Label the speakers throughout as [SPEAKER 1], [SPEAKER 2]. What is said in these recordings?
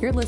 [SPEAKER 1] You're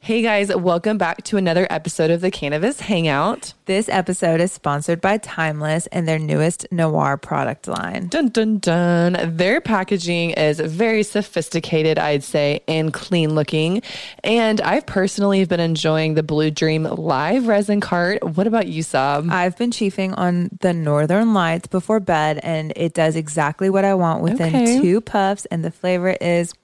[SPEAKER 1] Hey guys, welcome back to another episode of the Cannabis Hangout.
[SPEAKER 2] This episode is sponsored by Timeless and their newest noir product line.
[SPEAKER 1] Dun dun dun. Their packaging is very sophisticated, I'd say, and clean looking. And I personally have been enjoying the Blue Dream live resin cart. What about you, Sab?
[SPEAKER 2] I've been chiefing on the Northern Lights before bed, and it does exactly what I want within
[SPEAKER 1] Okay.
[SPEAKER 2] two puffs. And the flavor is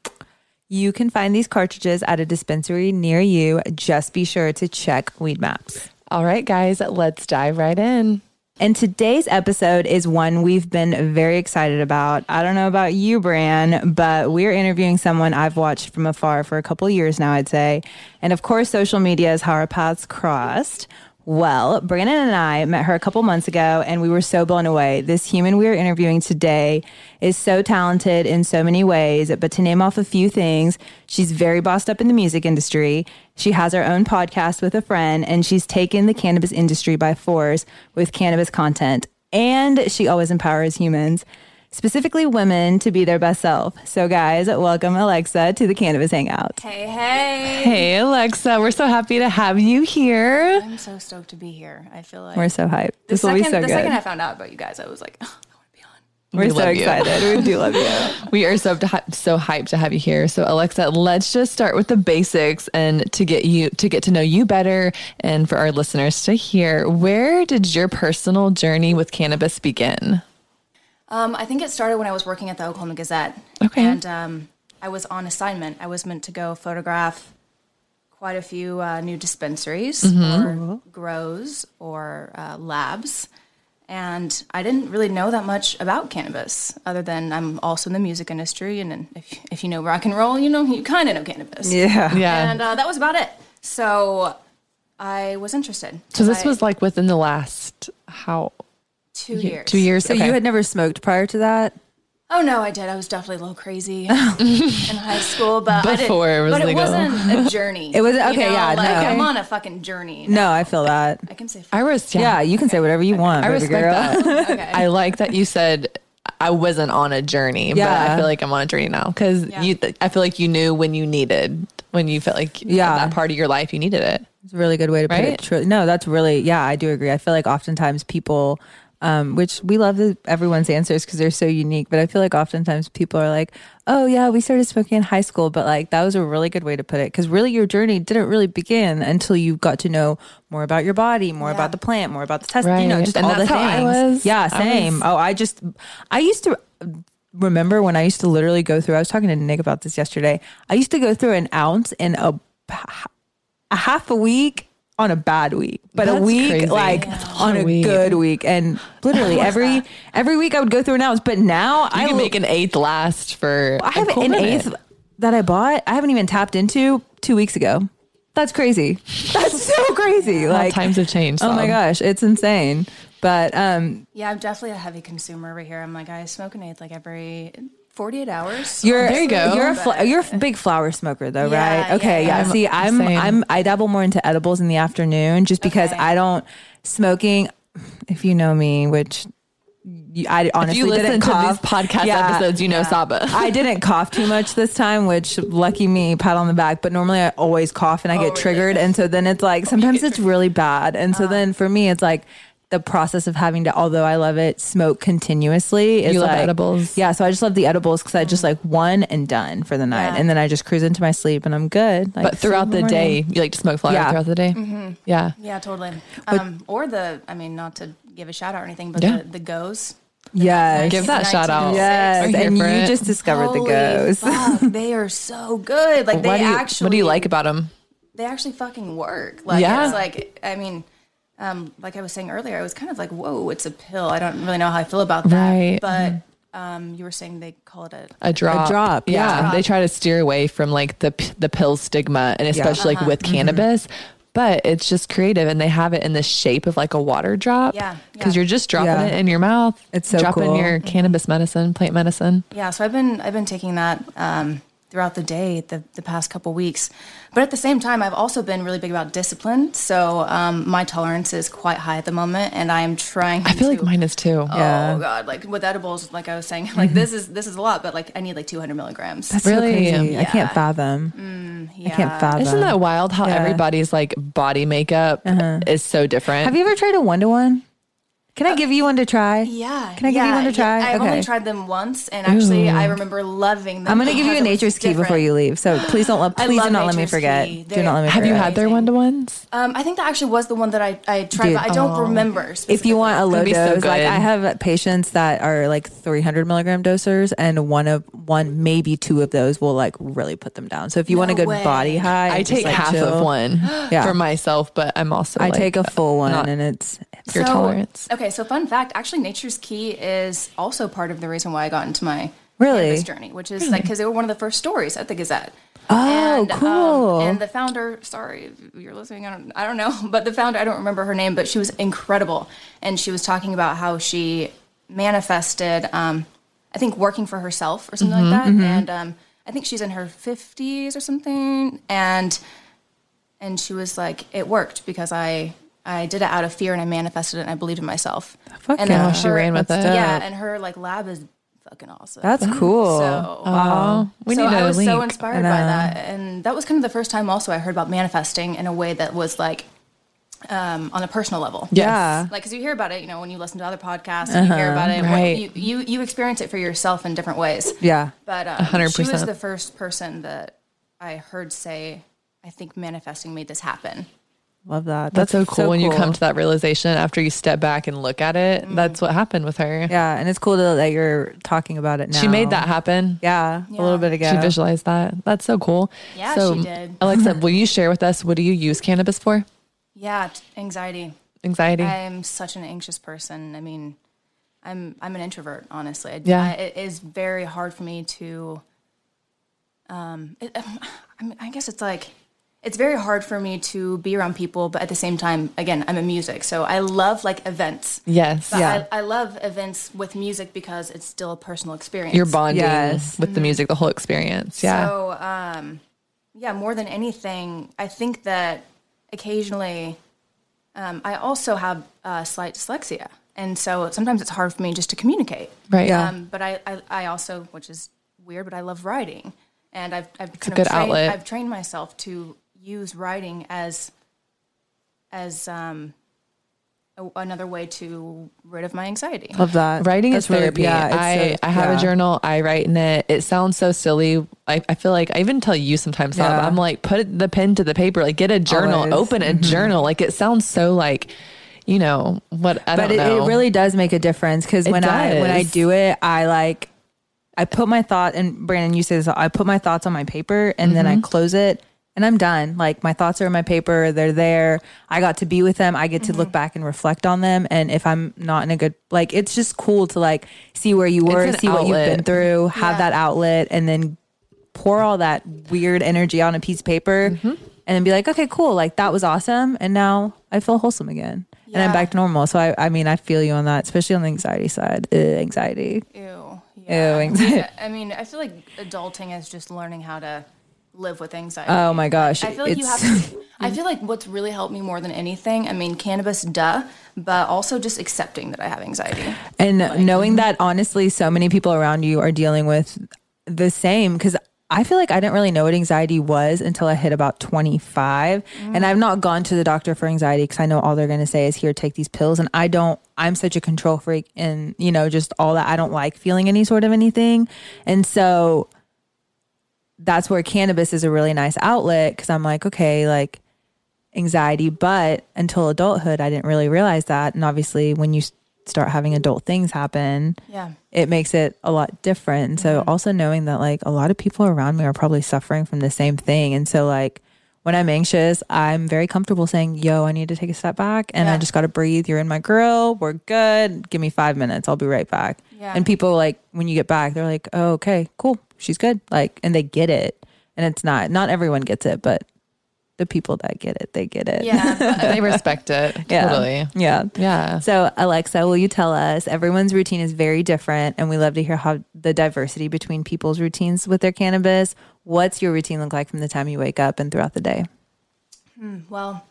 [SPEAKER 2] you can find these cartridges at a dispensary near you. Just be sure to check Weed Maps.
[SPEAKER 1] All right, guys, let's dive right in.
[SPEAKER 2] And today's episode is one we've been very excited about. I don't know about you, Bran, but we're interviewing someone I've watched from afar for a couple years now, I'd say. And of course, social media is how our paths crossed. Well, Brandon and I met her a couple months ago and we were so blown away. This human we are interviewing today is so talented in so many ways, but to name off a few things, she's very bossed up in the music industry. She has her own podcast with a friend and she's taken the cannabis industry by force with cannabis content. And she always empowers humans, specifically women, to be their best self. So, guys, welcome Alexa to the Cannabis Hangout.
[SPEAKER 3] Hey, hey.
[SPEAKER 1] Hey, Alexa, we're so happy to have you here.
[SPEAKER 3] I'm so stoked to be here. I feel like
[SPEAKER 2] We're so hyped.
[SPEAKER 3] the
[SPEAKER 2] This
[SPEAKER 3] second,
[SPEAKER 2] will be so
[SPEAKER 3] the
[SPEAKER 2] good.
[SPEAKER 3] second I found out about you guys, I was like, oh, I want to be on.
[SPEAKER 2] We're so
[SPEAKER 1] love you.
[SPEAKER 2] excited. We do love you.
[SPEAKER 1] We are so so hyped to have you here. So, Alexa, let's just start with the basics and to get you to get to know you better, and for our listeners to hear. Where did your personal journey with cannabis begin?
[SPEAKER 3] Um, I think it started when I was working at the Oklahoma Gazette.
[SPEAKER 1] Okay.
[SPEAKER 3] And um, I was on assignment. I was meant to go photograph quite a few uh, new dispensaries
[SPEAKER 2] Mm-hmm.
[SPEAKER 3] or grows or uh, labs. And I didn't really know that much about cannabis, other than I'm also in the music industry. And then if, if you know rock and roll, you know, you kind of know cannabis.
[SPEAKER 2] Yeah.
[SPEAKER 3] And uh, that was about it. So I was interested.
[SPEAKER 1] So this
[SPEAKER 3] I-
[SPEAKER 1] was like within the last how
[SPEAKER 3] two years.
[SPEAKER 1] two years.
[SPEAKER 2] So
[SPEAKER 1] Okay.
[SPEAKER 2] you had never smoked prior to that?
[SPEAKER 3] Oh no, I did. I was definitely a little crazy in high school, but I didn't-
[SPEAKER 1] Before it was
[SPEAKER 3] but
[SPEAKER 1] legal.
[SPEAKER 3] it wasn't a journey.
[SPEAKER 2] It was- okay,
[SPEAKER 3] You know,
[SPEAKER 2] yeah,
[SPEAKER 3] like
[SPEAKER 2] no.
[SPEAKER 3] I'm on a fucking journey.
[SPEAKER 2] No, I feel that.
[SPEAKER 3] I can say.
[SPEAKER 1] I
[SPEAKER 3] fuck.
[SPEAKER 1] was
[SPEAKER 2] Yeah, you can say whatever you want,
[SPEAKER 1] I
[SPEAKER 2] baby
[SPEAKER 1] respect
[SPEAKER 2] girl.
[SPEAKER 1] that.
[SPEAKER 3] okay.
[SPEAKER 1] I like that you said I wasn't on a journey, but I
[SPEAKER 2] Yeah.
[SPEAKER 1] feel like I'm on a journey now because
[SPEAKER 3] Yeah.
[SPEAKER 1] you. I feel like you knew when you needed when you felt like
[SPEAKER 2] Yeah.
[SPEAKER 1] yeah. that part of your life you needed it.
[SPEAKER 2] It's a really good way to put
[SPEAKER 1] Right?
[SPEAKER 2] it. True. No, that's really yeah, I do agree. I feel like oftentimes people, um, which we love the, everyone's answers because they're so unique, but I feel like oftentimes people are like, "Oh yeah, we started smoking in high school," but like that was a really good way to put it because really your journey didn't really begin until you got to know more about your body, more about the plant, more about the test, you know,
[SPEAKER 1] Right.
[SPEAKER 2] just
[SPEAKER 1] And
[SPEAKER 2] all
[SPEAKER 1] that's
[SPEAKER 2] the
[SPEAKER 1] how I
[SPEAKER 2] things.
[SPEAKER 1] was.
[SPEAKER 2] Yeah,
[SPEAKER 1] I
[SPEAKER 2] same.
[SPEAKER 1] was-
[SPEAKER 2] oh, I just I used to remember when I used to literally go through. I was talking to Nick about this yesterday. I used to go through an ounce in a a half a week on a bad week, but
[SPEAKER 1] That's
[SPEAKER 2] a week
[SPEAKER 1] crazy.
[SPEAKER 2] like on a
[SPEAKER 1] week.
[SPEAKER 2] good week. And literally every every week I would go through an ounce. But now
[SPEAKER 1] You
[SPEAKER 2] I
[SPEAKER 1] can
[SPEAKER 2] l-
[SPEAKER 1] make an eighth last for.
[SPEAKER 2] I have
[SPEAKER 1] a cool
[SPEAKER 2] an
[SPEAKER 1] minute.
[SPEAKER 2] eighth that I bought. I haven't even tapped into two weeks ago. That's crazy. That's so crazy.
[SPEAKER 1] How
[SPEAKER 2] Like
[SPEAKER 1] times have changed.
[SPEAKER 2] oh my
[SPEAKER 1] Sab.
[SPEAKER 2] gosh, it's insane. But um,
[SPEAKER 3] yeah, I'm definitely a heavy consumer over here. I'm like I smoke an eighth like every 48 hours.
[SPEAKER 2] you're
[SPEAKER 1] There you go.
[SPEAKER 2] You're a fl- you're a big flower smoker though,
[SPEAKER 3] Yeah,
[SPEAKER 2] right? Okay,
[SPEAKER 3] yeah,
[SPEAKER 2] yeah.
[SPEAKER 3] yeah.
[SPEAKER 2] See, I'm
[SPEAKER 1] Same.
[SPEAKER 2] I'm I dabble more into edibles in the afternoon just because
[SPEAKER 3] Okay.
[SPEAKER 2] I don't smoking. If you know me, which you, I
[SPEAKER 1] If
[SPEAKER 2] honestly
[SPEAKER 1] you listen
[SPEAKER 2] didn't
[SPEAKER 1] to
[SPEAKER 2] cough.
[SPEAKER 1] these podcast
[SPEAKER 2] Yeah.
[SPEAKER 1] episodes, you know Saba.
[SPEAKER 2] I didn't cough too much this time, which lucky me, pat on the back. But normally I always cough and
[SPEAKER 1] Oh,
[SPEAKER 2] I get triggered. And so then it's like sometimes it's really bad. And so
[SPEAKER 1] Uh-huh.
[SPEAKER 2] then for me, it's like the process of having to, although I love it, smoke continuously. Is
[SPEAKER 1] You love
[SPEAKER 2] like-
[SPEAKER 1] edibles? Uh-huh.
[SPEAKER 2] Yeah. So I just love the edibles because I just like one and done for the night.
[SPEAKER 3] Yeah.
[SPEAKER 2] And then I just cruise into my sleep and I'm good. Like,
[SPEAKER 1] But throughout
[SPEAKER 2] see you
[SPEAKER 1] the
[SPEAKER 2] in morning.
[SPEAKER 1] day, you like to smoke flower
[SPEAKER 2] Yeah.
[SPEAKER 1] throughout the day.
[SPEAKER 3] Mm-hmm.
[SPEAKER 1] Yeah.
[SPEAKER 3] yeah, totally. Um, or the I mean, not to give a shout out or anything, but
[SPEAKER 1] Yeah.
[SPEAKER 3] the, the goes.
[SPEAKER 2] Yes.
[SPEAKER 1] Give that shout out.
[SPEAKER 2] Yes.
[SPEAKER 1] We're here
[SPEAKER 2] And you
[SPEAKER 1] for it.
[SPEAKER 2] just discovered
[SPEAKER 3] Holy
[SPEAKER 2] the ghost.
[SPEAKER 3] fuck, they are so good. Like
[SPEAKER 1] What
[SPEAKER 3] they
[SPEAKER 1] do you
[SPEAKER 3] actually
[SPEAKER 1] What do you like about them?
[SPEAKER 3] they actually fucking work. Like
[SPEAKER 1] Yeah.
[SPEAKER 3] it's like I mean, um, like I was saying earlier, I was kind of like, whoa, it's a pill. I don't really know how I feel about that.
[SPEAKER 1] Right.
[SPEAKER 3] But um, you were saying they call it a
[SPEAKER 1] A drop.
[SPEAKER 2] drop,
[SPEAKER 1] Yeah.
[SPEAKER 2] yeah. Uh-huh. Mm-hmm.
[SPEAKER 1] They try to steer away from like the p- the pill stigma, and especially like with cannabis. but it's just creative and they have it in the shape of like a water drop.
[SPEAKER 3] Yeah,
[SPEAKER 1] Because
[SPEAKER 3] yeah.
[SPEAKER 1] you're just dropping
[SPEAKER 2] Yeah.
[SPEAKER 1] it in your mouth.
[SPEAKER 2] It's so
[SPEAKER 1] dropping
[SPEAKER 2] cool.
[SPEAKER 1] your cannabis medicine, plant medicine.
[SPEAKER 3] Yeah, so I've been I've been taking that um, throughout the day the, the past couple weeks, but at the same time I've also been really big about discipline. So um, my tolerance is quite high at the moment, and I'm trying.
[SPEAKER 1] I feel like
[SPEAKER 3] to-
[SPEAKER 1] mine is too.
[SPEAKER 3] Oh God! Like with edibles, like I was saying, like this is this is a lot, but like I need like 200 milligrams.
[SPEAKER 2] That's so
[SPEAKER 1] Really?
[SPEAKER 2] crazy. I can't
[SPEAKER 3] Yeah.
[SPEAKER 2] fathom. I
[SPEAKER 3] Yeah.
[SPEAKER 2] can't fathom.
[SPEAKER 1] Isn't that wild how
[SPEAKER 2] Yeah. Uh-huh.
[SPEAKER 1] everybody's like body makeup is so different?
[SPEAKER 2] Have you ever tried a one to one? Can I give you one to try?
[SPEAKER 3] Uh, Yeah.
[SPEAKER 2] Can I give you
[SPEAKER 3] yeah,
[SPEAKER 2] one to
[SPEAKER 3] yeah.
[SPEAKER 2] try?
[SPEAKER 3] I've only tried them once, and actually, I remember loving them.
[SPEAKER 2] I'm gonna give you
[SPEAKER 3] because
[SPEAKER 2] a
[SPEAKER 3] it was
[SPEAKER 2] nature's key before
[SPEAKER 3] different.
[SPEAKER 2] you leave. So please don't let
[SPEAKER 3] I
[SPEAKER 2] please do
[SPEAKER 3] love
[SPEAKER 2] not let me
[SPEAKER 3] Nature's
[SPEAKER 2] forget.
[SPEAKER 3] Key.
[SPEAKER 2] Do
[SPEAKER 3] They're-
[SPEAKER 2] not let me
[SPEAKER 1] Have you
[SPEAKER 2] forget.
[SPEAKER 1] had their
[SPEAKER 3] Amazing.
[SPEAKER 1] one to ones?
[SPEAKER 3] Um, I think that actually was the one that I, I tried,
[SPEAKER 2] Dude,
[SPEAKER 3] but I don't
[SPEAKER 2] oh.
[SPEAKER 3] remember.
[SPEAKER 2] if you want a low
[SPEAKER 1] That'd be
[SPEAKER 2] dose,
[SPEAKER 1] so
[SPEAKER 2] like
[SPEAKER 1] good.
[SPEAKER 2] I have patients that are like 300 milligram dosers, and one of one, maybe two of those will like really put them down. So if you want to
[SPEAKER 3] No
[SPEAKER 2] go
[SPEAKER 3] way.
[SPEAKER 2] body high,
[SPEAKER 1] I
[SPEAKER 2] and just,
[SPEAKER 1] take
[SPEAKER 2] like,
[SPEAKER 1] half
[SPEAKER 2] chill,
[SPEAKER 1] of one
[SPEAKER 2] Yeah.
[SPEAKER 1] for myself, but I'm also
[SPEAKER 2] I
[SPEAKER 1] like, uh,
[SPEAKER 2] take a full one,
[SPEAKER 1] not-
[SPEAKER 2] and it's
[SPEAKER 1] your tolerance.
[SPEAKER 3] Okay, so fun fact: actually, Nature's Key is also part of the reason why I got into my
[SPEAKER 2] Really?
[SPEAKER 3] cannabis journey, which is like because they were one of the first stories at the Gazette.
[SPEAKER 2] Oh,
[SPEAKER 3] um,
[SPEAKER 2] cool.
[SPEAKER 3] and the founder, sorry, if you're listening. I don't, I don't know, but the founder, I don't remember her name, but she was incredible, and she was talking about how she manifested, um, I think, working for herself or something like that,
[SPEAKER 2] Mm-hmm,
[SPEAKER 3] and um, I think she's in her 50s or something, and and she was like, "It worked because I." I did it out of fear and I manifested it and I believed in myself.
[SPEAKER 2] Fuck
[SPEAKER 3] and
[SPEAKER 2] yeah.
[SPEAKER 3] then
[SPEAKER 1] She ran with
[SPEAKER 2] That's
[SPEAKER 1] it.
[SPEAKER 3] yeah,
[SPEAKER 2] dope.
[SPEAKER 3] and her like lab is fucking awesome.
[SPEAKER 2] that's cool.
[SPEAKER 3] so.
[SPEAKER 1] Oh, we
[SPEAKER 3] so
[SPEAKER 1] need
[SPEAKER 3] I
[SPEAKER 1] a
[SPEAKER 3] was
[SPEAKER 1] link. uh,
[SPEAKER 3] so inspired by that, and that was kind of the first time also I heard about manifesting in a way that was like um, on a personal level.
[SPEAKER 1] Yes.
[SPEAKER 2] Yeah.
[SPEAKER 3] Like, because you hear about it, you know, when you listen to other podcasts, and you hear about it, when
[SPEAKER 1] Right.
[SPEAKER 3] you, you you experience it for yourself in different ways.
[SPEAKER 2] Yeah.
[SPEAKER 3] But um, she was
[SPEAKER 1] 100%.
[SPEAKER 3] the first person that I heard say, "I think manifesting made this happen."
[SPEAKER 2] Love that.
[SPEAKER 1] That's so cool when you come to that realization after you step back and look at it. That's what happened with her.
[SPEAKER 2] Yeah, and it's cool to, that you're talking about it now.
[SPEAKER 1] She made that happen.
[SPEAKER 2] Yeah, a
[SPEAKER 3] Yeah.
[SPEAKER 2] little bit ago.
[SPEAKER 1] She visualized that. That's so cool.
[SPEAKER 3] Yeah,
[SPEAKER 1] so,
[SPEAKER 3] she did.
[SPEAKER 1] Alexa, will you share with us what do you use cannabis for?
[SPEAKER 3] Yeah, t- anxiety.
[SPEAKER 1] Anxiety.
[SPEAKER 3] I'm such an anxious person. I mean, I'm I'm an introvert, honestly. I,
[SPEAKER 1] Yeah.
[SPEAKER 3] I, it is very hard for me to. Um, it, I mean, I guess it's like it's very hard for me to be around people, but at the same time, again, I'm in music, so I love like events.
[SPEAKER 1] yes.
[SPEAKER 3] But
[SPEAKER 2] Yeah.
[SPEAKER 3] I, I love events with music because it's still a personal experience.
[SPEAKER 1] You're bonding
[SPEAKER 2] Yes.
[SPEAKER 1] with the music, the whole experience. Yeah.
[SPEAKER 3] So, um, yeah, more than anything, I think that occasionally um, I also have uh, slight dyslexia. And so sometimes it's hard for me just to communicate.
[SPEAKER 1] right.
[SPEAKER 2] Yeah.
[SPEAKER 3] Um, but I, I, I also, which is weird, but I love writing. And I've, I've kind
[SPEAKER 1] good
[SPEAKER 3] of trained,
[SPEAKER 1] outlet.
[SPEAKER 3] I've trained myself to use writing as, as um, a, another way to rid of my anxiety.
[SPEAKER 2] Love that.
[SPEAKER 1] Writing
[SPEAKER 2] That's
[SPEAKER 1] is
[SPEAKER 2] really-
[SPEAKER 1] therapy.
[SPEAKER 2] yeah, it's
[SPEAKER 1] I,
[SPEAKER 2] so-
[SPEAKER 1] I have
[SPEAKER 2] yeah.
[SPEAKER 1] a journal. I write in it. It sounds so silly. I, I feel like I even tell you sometimes, Sab,
[SPEAKER 2] Yeah.
[SPEAKER 1] I'm like, put the pen to the paper, like get a journal,
[SPEAKER 2] Always. Mm-hmm.
[SPEAKER 1] open a journal. Like it sounds so like, you know, what I
[SPEAKER 2] but
[SPEAKER 1] don't
[SPEAKER 2] it,
[SPEAKER 1] know.
[SPEAKER 2] it really does make a difference because when I when I
[SPEAKER 1] does.
[SPEAKER 2] do it, I like I put my thought and Brandon, you say this. I put my thoughts on my paper and then I
[SPEAKER 1] Mm-hmm.
[SPEAKER 2] close it and I'm done. Like my thoughts are in my paper, they're there. I got to be with them. I get to
[SPEAKER 3] Mm-hmm.
[SPEAKER 2] look back and reflect on them. And if I'm not in a good like, it's just cool to like see where you were,
[SPEAKER 1] an
[SPEAKER 2] see what you've been
[SPEAKER 1] outlet.
[SPEAKER 2] through, have
[SPEAKER 3] Yeah.
[SPEAKER 2] that outlet, and then pour all that weird energy on a piece of paper and then be like, okay, cool. Like that was awesome. And now I feel wholesome again and I'm
[SPEAKER 3] Yeah.
[SPEAKER 2] back to normal. So I, I mean, I feel you on that, especially on the anxiety side, Ugh, anxiety.
[SPEAKER 3] Ew.
[SPEAKER 2] Ew, anxiety.
[SPEAKER 3] Yeah, I mean, I feel like adulting is just learning how to live with anxiety.
[SPEAKER 2] Oh my gosh.
[SPEAKER 3] I feel like you have to. I feel like what's really helped me more than anything. I mean, cannabis, duh, but also just accepting that I have anxiety.
[SPEAKER 2] And knowing that honestly, so many people around you are dealing with the same because I feel like I didn't really know what anxiety was until I hit about 25. And I've not gone to the doctor for anxiety because I know all they're going to say is, here, take these pills. And I don't, I'm such a control freak and, you know, just all that. I don't like feeling any sort of anything. And so that's where cannabis is a really nice outlet because I'm like, okay, like, anxiety. But until adulthood, I didn't really realize that. And obviously, when you s- start having adult things happen,
[SPEAKER 3] Yeah.
[SPEAKER 2] it makes it a lot different. And
[SPEAKER 3] Mm-hmm.
[SPEAKER 2] so, also knowing that like a lot of people around me are probably suffering from the same thing. And so, like, when I'm anxious, I'm very comfortable saying, Yo, I need to take a step back and I
[SPEAKER 3] Yeah.
[SPEAKER 2] just got to breathe. You're in my grill. We're good. Give me five minutes. I'll be right back.
[SPEAKER 3] Yeah.
[SPEAKER 2] And people, like, when you get back, they're like, Oh, okay, cool. She's good. Like, and they get it. And it's not, not everyone gets it, but the people that get it, they get it.
[SPEAKER 3] Yeah.
[SPEAKER 1] they respect it.
[SPEAKER 2] Yeah.
[SPEAKER 1] Totally.
[SPEAKER 2] Yeah.
[SPEAKER 1] Yeah.
[SPEAKER 2] So, Alexa, will you tell us? Everyone's routine is very different, and we love to hear how the diversity between people's routines with their cannabis. What's your routine look like from the time you wake up and throughout the day?
[SPEAKER 3] well,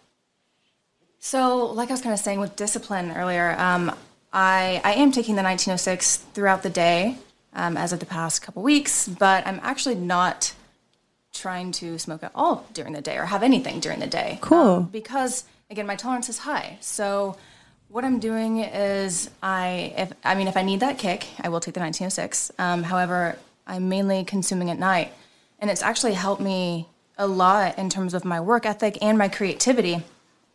[SPEAKER 3] so like I was kind of saying with discipline earlier, um, I, I am taking the 1906 throughout the day um, as of the past couple weeks, but I'm actually not trying to smoke at all during the day or have anything during the day.
[SPEAKER 2] Cool.
[SPEAKER 3] Um, because again, my tolerance is high. So what I'm doing is I if I mean if I need that kick, I will take the 1906. Um, however, I'm mainly consuming at night, and it's actually helped me a lot in terms of my work ethic and my creativity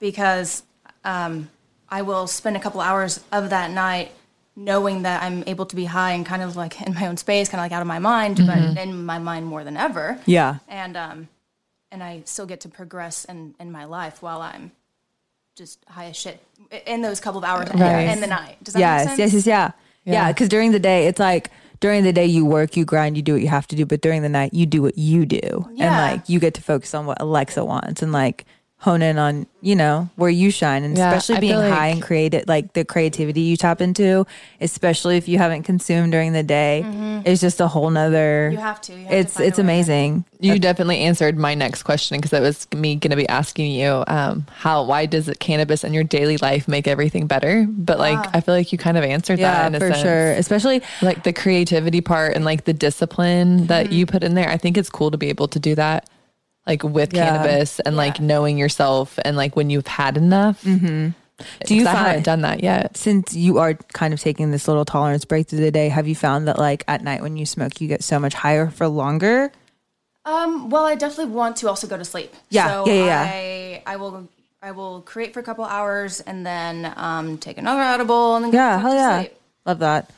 [SPEAKER 3] because um, I will spend a couple hours of that night knowing that I'm able to be high and kind of like in my own space, kind of like out of my mind, but in my mind more than ever
[SPEAKER 2] Yeah.
[SPEAKER 3] and um and I still get to progress in in my life while I'm just high as shit in those couple of hours
[SPEAKER 1] Right.
[SPEAKER 3] in the night. Does that make
[SPEAKER 2] yes,
[SPEAKER 3] sense?
[SPEAKER 2] yes, yes, yeah, yeah.
[SPEAKER 1] Yeah.
[SPEAKER 2] Because during the day, it's like during the day you work, you grind, you do what you have to do, but during the night you do what you do,
[SPEAKER 3] Yeah.
[SPEAKER 2] and like you get to focus on what Alexa wants and like hone in on you know where you shine, and
[SPEAKER 1] Yeah,
[SPEAKER 2] especially
[SPEAKER 1] I
[SPEAKER 2] being
[SPEAKER 1] feel like-
[SPEAKER 2] high and creative, like the creativity you tap into, especially if you haven't consumed during the day, it's just a whole nother.
[SPEAKER 3] Mm-hmm. You have to. You have to
[SPEAKER 2] it's
[SPEAKER 3] find a
[SPEAKER 2] it's
[SPEAKER 3] way.
[SPEAKER 2] amazing.
[SPEAKER 1] You definitely answered my next question because that was me going to be asking you um, how why does it cannabis in your daily life make everything better? But like I feel like you kind of answered
[SPEAKER 2] Ah. Yeah,
[SPEAKER 1] that in a
[SPEAKER 2] for
[SPEAKER 1] sense.
[SPEAKER 2] sure. Especially
[SPEAKER 1] Like the creativity part and like the discipline that you put in there. I think it's cool to be able to do that like with
[SPEAKER 2] Yeah.
[SPEAKER 1] cannabis and like knowing yourself and like when you've had enough.
[SPEAKER 2] Do you
[SPEAKER 1] 'Cause I
[SPEAKER 2] find-
[SPEAKER 1] haven't done that yet?
[SPEAKER 2] Uh, since you are kind of taking this little tolerance break through the day, have you found that like at night when you smoke, you get so much higher for longer?
[SPEAKER 3] Um, well, I definitely want to also go to sleep.
[SPEAKER 2] Yeah,
[SPEAKER 3] So
[SPEAKER 2] yeah, yeah,
[SPEAKER 3] I I will I will create for a couple hours and then um take another edible and then go
[SPEAKER 2] Yeah,
[SPEAKER 3] back
[SPEAKER 2] hell
[SPEAKER 3] to
[SPEAKER 2] yeah,
[SPEAKER 3] sleep. Um,
[SPEAKER 2] love that.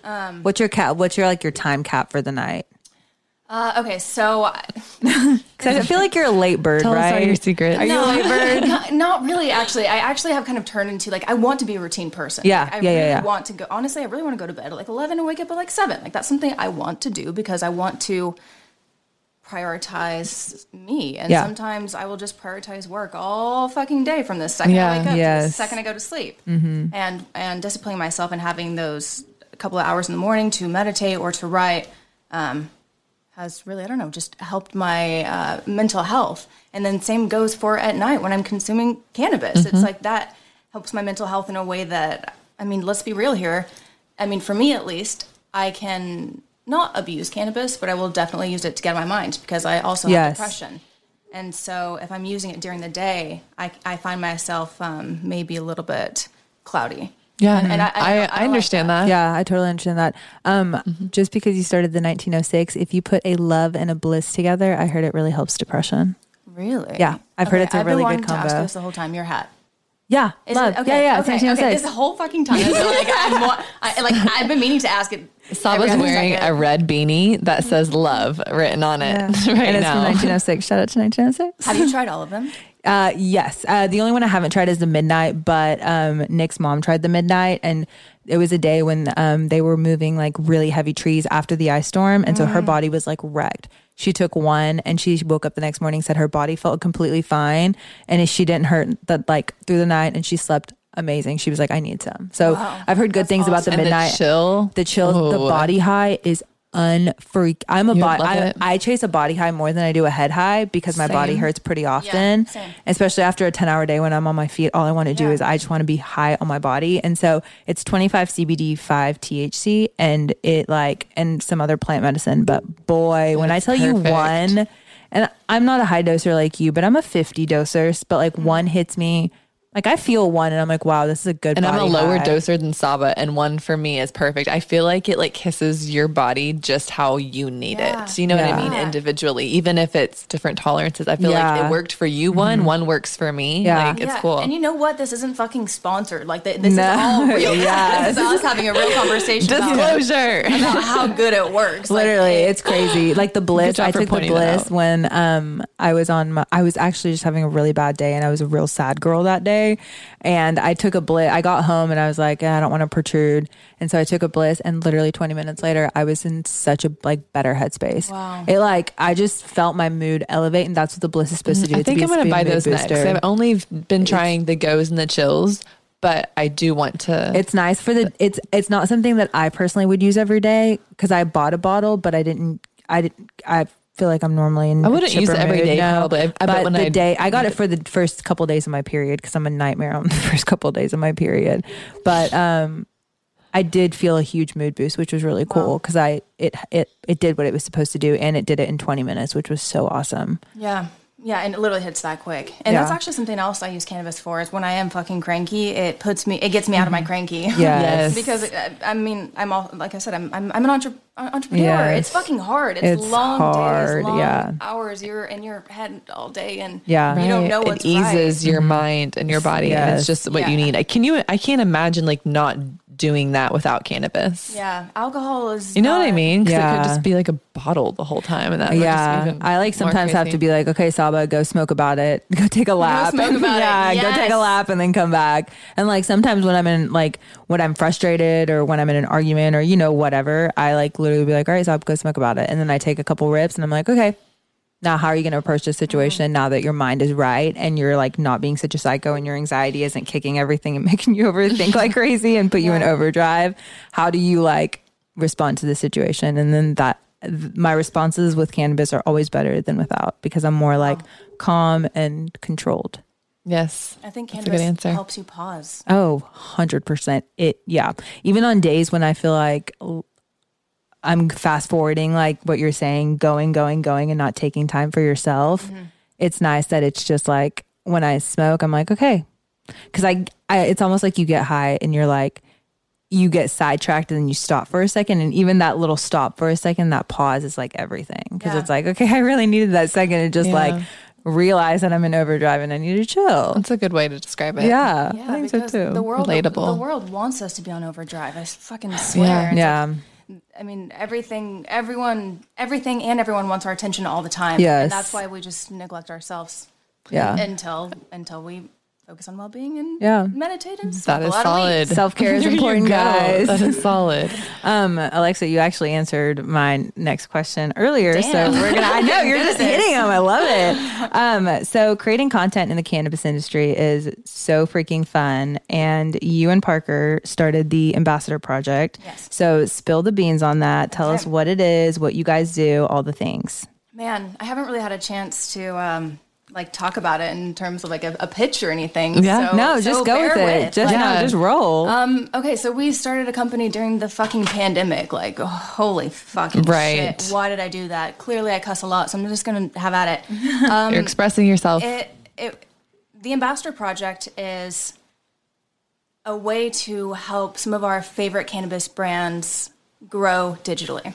[SPEAKER 2] what's your cap? What's your like your time cap for the night?
[SPEAKER 3] Uh, okay, so I-
[SPEAKER 2] Because I feel like you're a late bird,
[SPEAKER 1] Tell us
[SPEAKER 2] right?
[SPEAKER 1] all your secrets.
[SPEAKER 2] you a late bird?
[SPEAKER 3] not, not really actually. I actually have kind of turned into like I want to be a routine person.
[SPEAKER 2] Yeah,
[SPEAKER 3] Like, I
[SPEAKER 2] yeah, yeah,
[SPEAKER 3] really
[SPEAKER 2] yeah.
[SPEAKER 3] want to go honestly, I really want to go to bed at like eleven and wake up at like seven. Like that's something I want to do because I want to prioritize me. And
[SPEAKER 2] Yeah.
[SPEAKER 3] sometimes I will just prioritize work all fucking day from the second
[SPEAKER 1] Yeah.
[SPEAKER 3] I wake up to the
[SPEAKER 2] Yes. Mm-hmm.
[SPEAKER 3] second I go to sleep. And and disciplining myself and having those couple of hours in the morning to meditate or to write has really, I don't know, just helped my uh, mental health. And then same goes for at night when I'm consuming cannabis.
[SPEAKER 2] Mm-hmm.
[SPEAKER 3] It's like that helps my mental health in a way that, I mean, let's be real here. I mean, for me at least, I can not abuse cannabis, but I will definitely use it to get out of my mind because I also have
[SPEAKER 2] Yes.
[SPEAKER 3] depression. And so if I'm using it during the day, I, I find myself um, maybe a little bit cloudy.
[SPEAKER 1] Yeah.
[SPEAKER 3] And- and I- I- I
[SPEAKER 1] I,
[SPEAKER 3] like
[SPEAKER 1] I understand that.
[SPEAKER 2] Yeah, I totally understand that. Um, Just because you started the 1906, if you put a love and a bliss together, I heard it really helps depression.
[SPEAKER 3] Really?
[SPEAKER 2] Yeah, I've heard it's a
[SPEAKER 3] I've
[SPEAKER 2] really
[SPEAKER 3] been
[SPEAKER 2] good
[SPEAKER 3] wanting To ask
[SPEAKER 2] combo.
[SPEAKER 3] this the whole time, your hat.
[SPEAKER 2] Yeah,
[SPEAKER 3] Is
[SPEAKER 2] love.
[SPEAKER 3] it- okay,
[SPEAKER 2] yeah, yeah.
[SPEAKER 3] Okay,
[SPEAKER 2] it's
[SPEAKER 3] okay,
[SPEAKER 2] 1906.
[SPEAKER 3] This whole fucking time. I feel like, I'm wa- I, like I've been meaning to ask it.
[SPEAKER 1] Saba's
[SPEAKER 3] every other
[SPEAKER 1] wearing a
[SPEAKER 3] second.
[SPEAKER 1] red beanie that says love written on it
[SPEAKER 2] Yeah.
[SPEAKER 1] right
[SPEAKER 2] and it's
[SPEAKER 1] now.
[SPEAKER 2] from 1906. Shout out to 1906.
[SPEAKER 3] Have you tried all of them?
[SPEAKER 2] Uh, yes. Uh, the only one I haven't tried is the midnight, but um, Nick's mom tried the midnight, and it was a day when um, they were moving like really heavy trees after the ice storm, and so
[SPEAKER 1] Mm.
[SPEAKER 2] her body was like wrecked. She took one, and she woke up the next morning said her body felt completely fine, and she didn't hurt that like through the night, and she slept amazing. She was like, "I need some." So I've heard good things about the
[SPEAKER 1] And
[SPEAKER 2] midnight.
[SPEAKER 1] the chill.
[SPEAKER 2] The chill, the
[SPEAKER 1] Ooh.
[SPEAKER 2] body high is unfreak. I'm a
[SPEAKER 1] would
[SPEAKER 2] body.
[SPEAKER 1] love
[SPEAKER 2] I,
[SPEAKER 1] it.
[SPEAKER 2] I chase a body high more than I do a head high because my body
[SPEAKER 1] Same.
[SPEAKER 2] hurts pretty often.
[SPEAKER 3] same.
[SPEAKER 2] Especially after a 10 hour day when I'm on my feet, all I want to do
[SPEAKER 3] Yeah.
[SPEAKER 2] is I just want to be high on my body. And so it's 25 CBD, 5 THC, and it like, and some other plant medicine. But boy, when I
[SPEAKER 1] That's
[SPEAKER 2] tell you
[SPEAKER 1] perfect.
[SPEAKER 2] one, and I'm not a high doser like you, but I'm a 50 doser, but like one hits me. Like I feel one and I'm like, wow, this is a good
[SPEAKER 1] and I'm a
[SPEAKER 2] body
[SPEAKER 1] lower
[SPEAKER 2] high.
[SPEAKER 1] doser than Saba, and one for me is perfect. I feel like it like kisses your body just how you need
[SPEAKER 3] Yeah.
[SPEAKER 1] it. So you know what I mean?
[SPEAKER 3] Yeah.
[SPEAKER 1] Individually, even if it's different tolerances, I feel like
[SPEAKER 2] Yeah.
[SPEAKER 1] it worked for you one, one works for me.
[SPEAKER 2] Yeah.
[SPEAKER 1] Like it's cool.
[SPEAKER 3] And you know what? This isn't fucking sponsored. Like th- this
[SPEAKER 2] No.
[SPEAKER 3] is all real.
[SPEAKER 2] Yes.
[SPEAKER 3] This is us having a real conversation about,
[SPEAKER 1] Disclosure.
[SPEAKER 3] about how good it works. Like,
[SPEAKER 2] Literally,
[SPEAKER 3] it-
[SPEAKER 2] it's crazy. Like the bliss,
[SPEAKER 1] job
[SPEAKER 2] I
[SPEAKER 1] for
[SPEAKER 2] took the
[SPEAKER 1] pointing that
[SPEAKER 2] bliss
[SPEAKER 1] out.
[SPEAKER 2] when um I was on my I was actually just having a really bad day and I was a real sad girl that day day. And I took a bliss. I got home and I was like, "Eh, I don't want to protrude. And so I took a bliss and literally 20 minutes later, I was in such a like better headspace.
[SPEAKER 3] Wow.
[SPEAKER 2] It like, I just felt my mood elevate and that's what the bliss is supposed to do.
[SPEAKER 1] Mm, I think I'm
[SPEAKER 2] going to
[SPEAKER 1] buy those next.
[SPEAKER 2] booster.
[SPEAKER 1] I've only been trying the goes and the chills, but I do want to.
[SPEAKER 2] It's nice for the it's it's not something that I personally would use every day because I bought a bottle, but I didn't I didn't I feel like I'm normally in
[SPEAKER 1] I wouldn't
[SPEAKER 2] chipper
[SPEAKER 1] use it every
[SPEAKER 2] mood,
[SPEAKER 1] day,
[SPEAKER 2] no.
[SPEAKER 1] probably. I- I bet
[SPEAKER 2] but
[SPEAKER 1] when
[SPEAKER 2] the
[SPEAKER 1] I-
[SPEAKER 2] day I got it for the first couple days of my period because I'm a nightmare on the first couple days of my period. But um I did feel a huge mood boost, which was really cool because I it it it did what it was supposed to do and it did it in 20 minutes, which was so awesome.
[SPEAKER 3] Yeah. Yeah, and it literally hits that quick. And that's
[SPEAKER 2] Yeah.
[SPEAKER 3] actually something else I use cannabis for is when I am fucking cranky, it puts me, it gets me out of my cranky.
[SPEAKER 2] Yes.
[SPEAKER 3] because uh, I mean, I'm all, like I said, I'm, I'm, I'm an entre- uh, entrepreneur. It's
[SPEAKER 2] Yes.
[SPEAKER 3] fucking hard. It's,
[SPEAKER 2] It's
[SPEAKER 3] long
[SPEAKER 2] hard,
[SPEAKER 3] days, long
[SPEAKER 2] yeah.
[SPEAKER 3] hours. You're in your head all day and
[SPEAKER 2] Yeah.
[SPEAKER 3] you don't
[SPEAKER 1] Right.
[SPEAKER 3] know
[SPEAKER 1] it
[SPEAKER 3] what's
[SPEAKER 1] eases your mind and your body and
[SPEAKER 2] Yes.
[SPEAKER 1] it's just what
[SPEAKER 3] Yeah.
[SPEAKER 1] you need I, can you i can't imagine like not doing that without cannabis
[SPEAKER 3] right. Yeah. Alcohol is.
[SPEAKER 1] you know what i
[SPEAKER 3] not-
[SPEAKER 1] mean 'Cause it
[SPEAKER 2] Yeah.
[SPEAKER 1] could just be like a bottle the whole time and that would just be
[SPEAKER 2] Yeah,
[SPEAKER 1] even
[SPEAKER 2] I like
[SPEAKER 1] more
[SPEAKER 2] sometimes have
[SPEAKER 1] crazy.
[SPEAKER 2] to be like, okay, Saba, go smoke about it. Go take a lap.
[SPEAKER 3] smoke about it.
[SPEAKER 2] yeah, go take a
[SPEAKER 3] Yes.
[SPEAKER 2] lap and then come back. And like sometimes when I'm in like when I'm frustrated or when I'm in an argument or you know whatever, I like literally be like, all right, Saba, go smoke about it. And then I take a couple rips and I'm like, okay. Now, how are you going to approach this situation now that your mind is right and you're like not being such a psycho and your anxiety isn't kicking everything and making you overthink like crazy and put you in overdrive? How do you like respond to the situation? And then that th- my responses with cannabis are always better than without because I'm more like calm and controlled.
[SPEAKER 1] yes
[SPEAKER 3] I think
[SPEAKER 1] That's a good
[SPEAKER 3] cannabis
[SPEAKER 1] answer.
[SPEAKER 3] helps you pause.
[SPEAKER 2] Oh, 100%. It, yeah. Even on days when I feel like l- I'm fast forwarding, like what you're saying, going, going, going, and not taking time for yourself,
[SPEAKER 3] Mm-hmm.
[SPEAKER 2] it's nice that it's just like when I smoke, I'm like, okay. Cause I, I, it's almost like you get high and you're like, you get sidetracked and then you stop for a second. And even that little stop for a second, that pause is like everything. Cause
[SPEAKER 3] Yeah.
[SPEAKER 2] it's like, okay, I really needed that second to just
[SPEAKER 1] Yeah.
[SPEAKER 2] like realize that I'm in overdrive and I need to chill.
[SPEAKER 1] that's a good way to describe it
[SPEAKER 2] Yeah.
[SPEAKER 3] Yeah,
[SPEAKER 2] I think so
[SPEAKER 3] because
[SPEAKER 2] too.
[SPEAKER 3] the world
[SPEAKER 1] Relatable.
[SPEAKER 3] The, world wants us to be on overdrive. I s- fucking swear. It's like,
[SPEAKER 2] yeah.
[SPEAKER 3] I mean, everything, everyone, everything, and everyone wants our attention all the time.
[SPEAKER 2] Yes.
[SPEAKER 3] and that's why we just neglect ourselves.
[SPEAKER 2] Yeah.
[SPEAKER 3] until until we focus on well being and
[SPEAKER 2] Yeah.
[SPEAKER 3] meditate and smoke
[SPEAKER 1] that
[SPEAKER 3] a
[SPEAKER 1] is
[SPEAKER 3] lot of weed.
[SPEAKER 1] solid
[SPEAKER 2] Self-care is
[SPEAKER 1] There you
[SPEAKER 2] important,
[SPEAKER 1] go.
[SPEAKER 2] guys.
[SPEAKER 1] that is solid
[SPEAKER 2] Um, Alexa, you actually answered my next question earlier,
[SPEAKER 3] Damn.
[SPEAKER 2] so we're gonna. I know you're just
[SPEAKER 3] Good at this.
[SPEAKER 2] hitting them. I love it. Um, so creating content in the cannabis industry is so freaking fun, and you and Parker started the Ambassador Project.
[SPEAKER 3] Yes.
[SPEAKER 2] So spill the beans on that. Tell us
[SPEAKER 3] Sure.
[SPEAKER 2] what it is, what you guys do, all the things.
[SPEAKER 3] Man, I haven't really had a chance to um, like talk about it in terms of like a, a pitch or anything.
[SPEAKER 1] Yeah.
[SPEAKER 3] so,
[SPEAKER 2] No, just
[SPEAKER 3] so
[SPEAKER 2] go
[SPEAKER 3] bear
[SPEAKER 2] with it. Just
[SPEAKER 3] Like,
[SPEAKER 2] no,
[SPEAKER 1] Yeah.
[SPEAKER 2] just roll.
[SPEAKER 3] Um, okay, so we started a company during the fucking pandemic. Like, oh, holy fucking
[SPEAKER 1] Right.
[SPEAKER 3] shit. Why did I do that? Clearly, I cuss a lot, so I'm just gonna have at it.
[SPEAKER 1] you're expressing yourself
[SPEAKER 3] it, it the ambassador project is a way to help some of our favorite cannabis brands grow digitally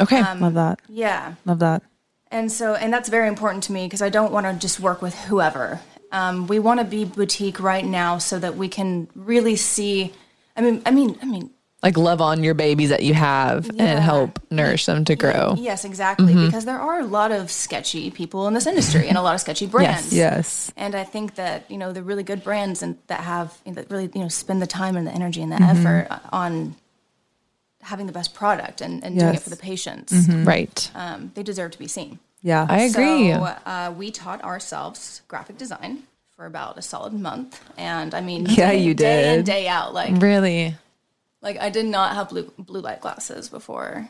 [SPEAKER 1] okay
[SPEAKER 3] um,
[SPEAKER 2] love that.
[SPEAKER 3] yeah
[SPEAKER 2] Love that.
[SPEAKER 3] and so and that's very important to me because i don't want to just work with whoever um, we want to be boutique right now so that we can really see i mean i mean i mean
[SPEAKER 1] like love on your babies that you have
[SPEAKER 3] Yeah.
[SPEAKER 1] and help nourish them to grow
[SPEAKER 3] yes exactly because there are a lot of sketchy people in this industry and a lot of sketchy brands
[SPEAKER 2] Yes.
[SPEAKER 3] And I think that you know the really good brands and that have that really you know spend the time and the energy and the
[SPEAKER 2] Mm-hmm.
[SPEAKER 3] effort on having the best product and, and doing it
[SPEAKER 2] Yes. Mm-hmm.
[SPEAKER 3] for the patients.
[SPEAKER 2] Mm.
[SPEAKER 1] right
[SPEAKER 3] Um, they deserve to be seen.
[SPEAKER 2] Yeah.
[SPEAKER 1] I agree.
[SPEAKER 3] So uh, we taught ourselves graphic design for about a solid month, and I mean,
[SPEAKER 2] Yeah,
[SPEAKER 3] day,
[SPEAKER 2] you
[SPEAKER 3] day in
[SPEAKER 2] did. Mm.
[SPEAKER 3] day out. Like
[SPEAKER 1] really
[SPEAKER 3] like I did not have blue blue light glasses before.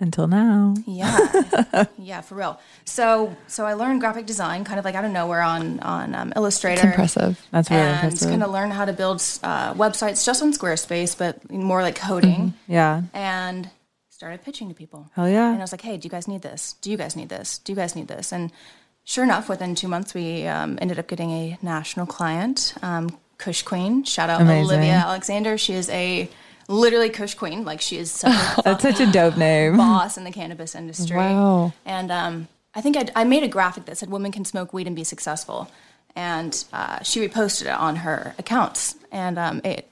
[SPEAKER 2] Until now.
[SPEAKER 3] Yeah, yeah, for real. So so I learned graphic design kind of like out of nowhere on on um, Illustrator.
[SPEAKER 1] it's impressive
[SPEAKER 2] That's really
[SPEAKER 3] and
[SPEAKER 2] impressive.
[SPEAKER 3] kind of learn how to build uh, websites just on Squarespace, but more like coding.
[SPEAKER 2] yeah.
[SPEAKER 3] And started pitching to people.
[SPEAKER 2] Mm-hmm. Hell yeah.
[SPEAKER 3] And I was like, hey, do you guys need this? Do you guys need this? Do you guys need this? And sure enough, within two months, we um, ended up getting a national client, um, Kush Queen. Shout out
[SPEAKER 2] Amazing.
[SPEAKER 3] Olivia Alexander. She is a literally Kush Queen. Like, she is such a
[SPEAKER 2] That's such a dope name.
[SPEAKER 3] boss in the cannabis industry.
[SPEAKER 1] Wow.
[SPEAKER 3] And um, I think I, I made a graphic that said women can smoke weed and be successful. And uh, she reposted it on her accounts. And um, it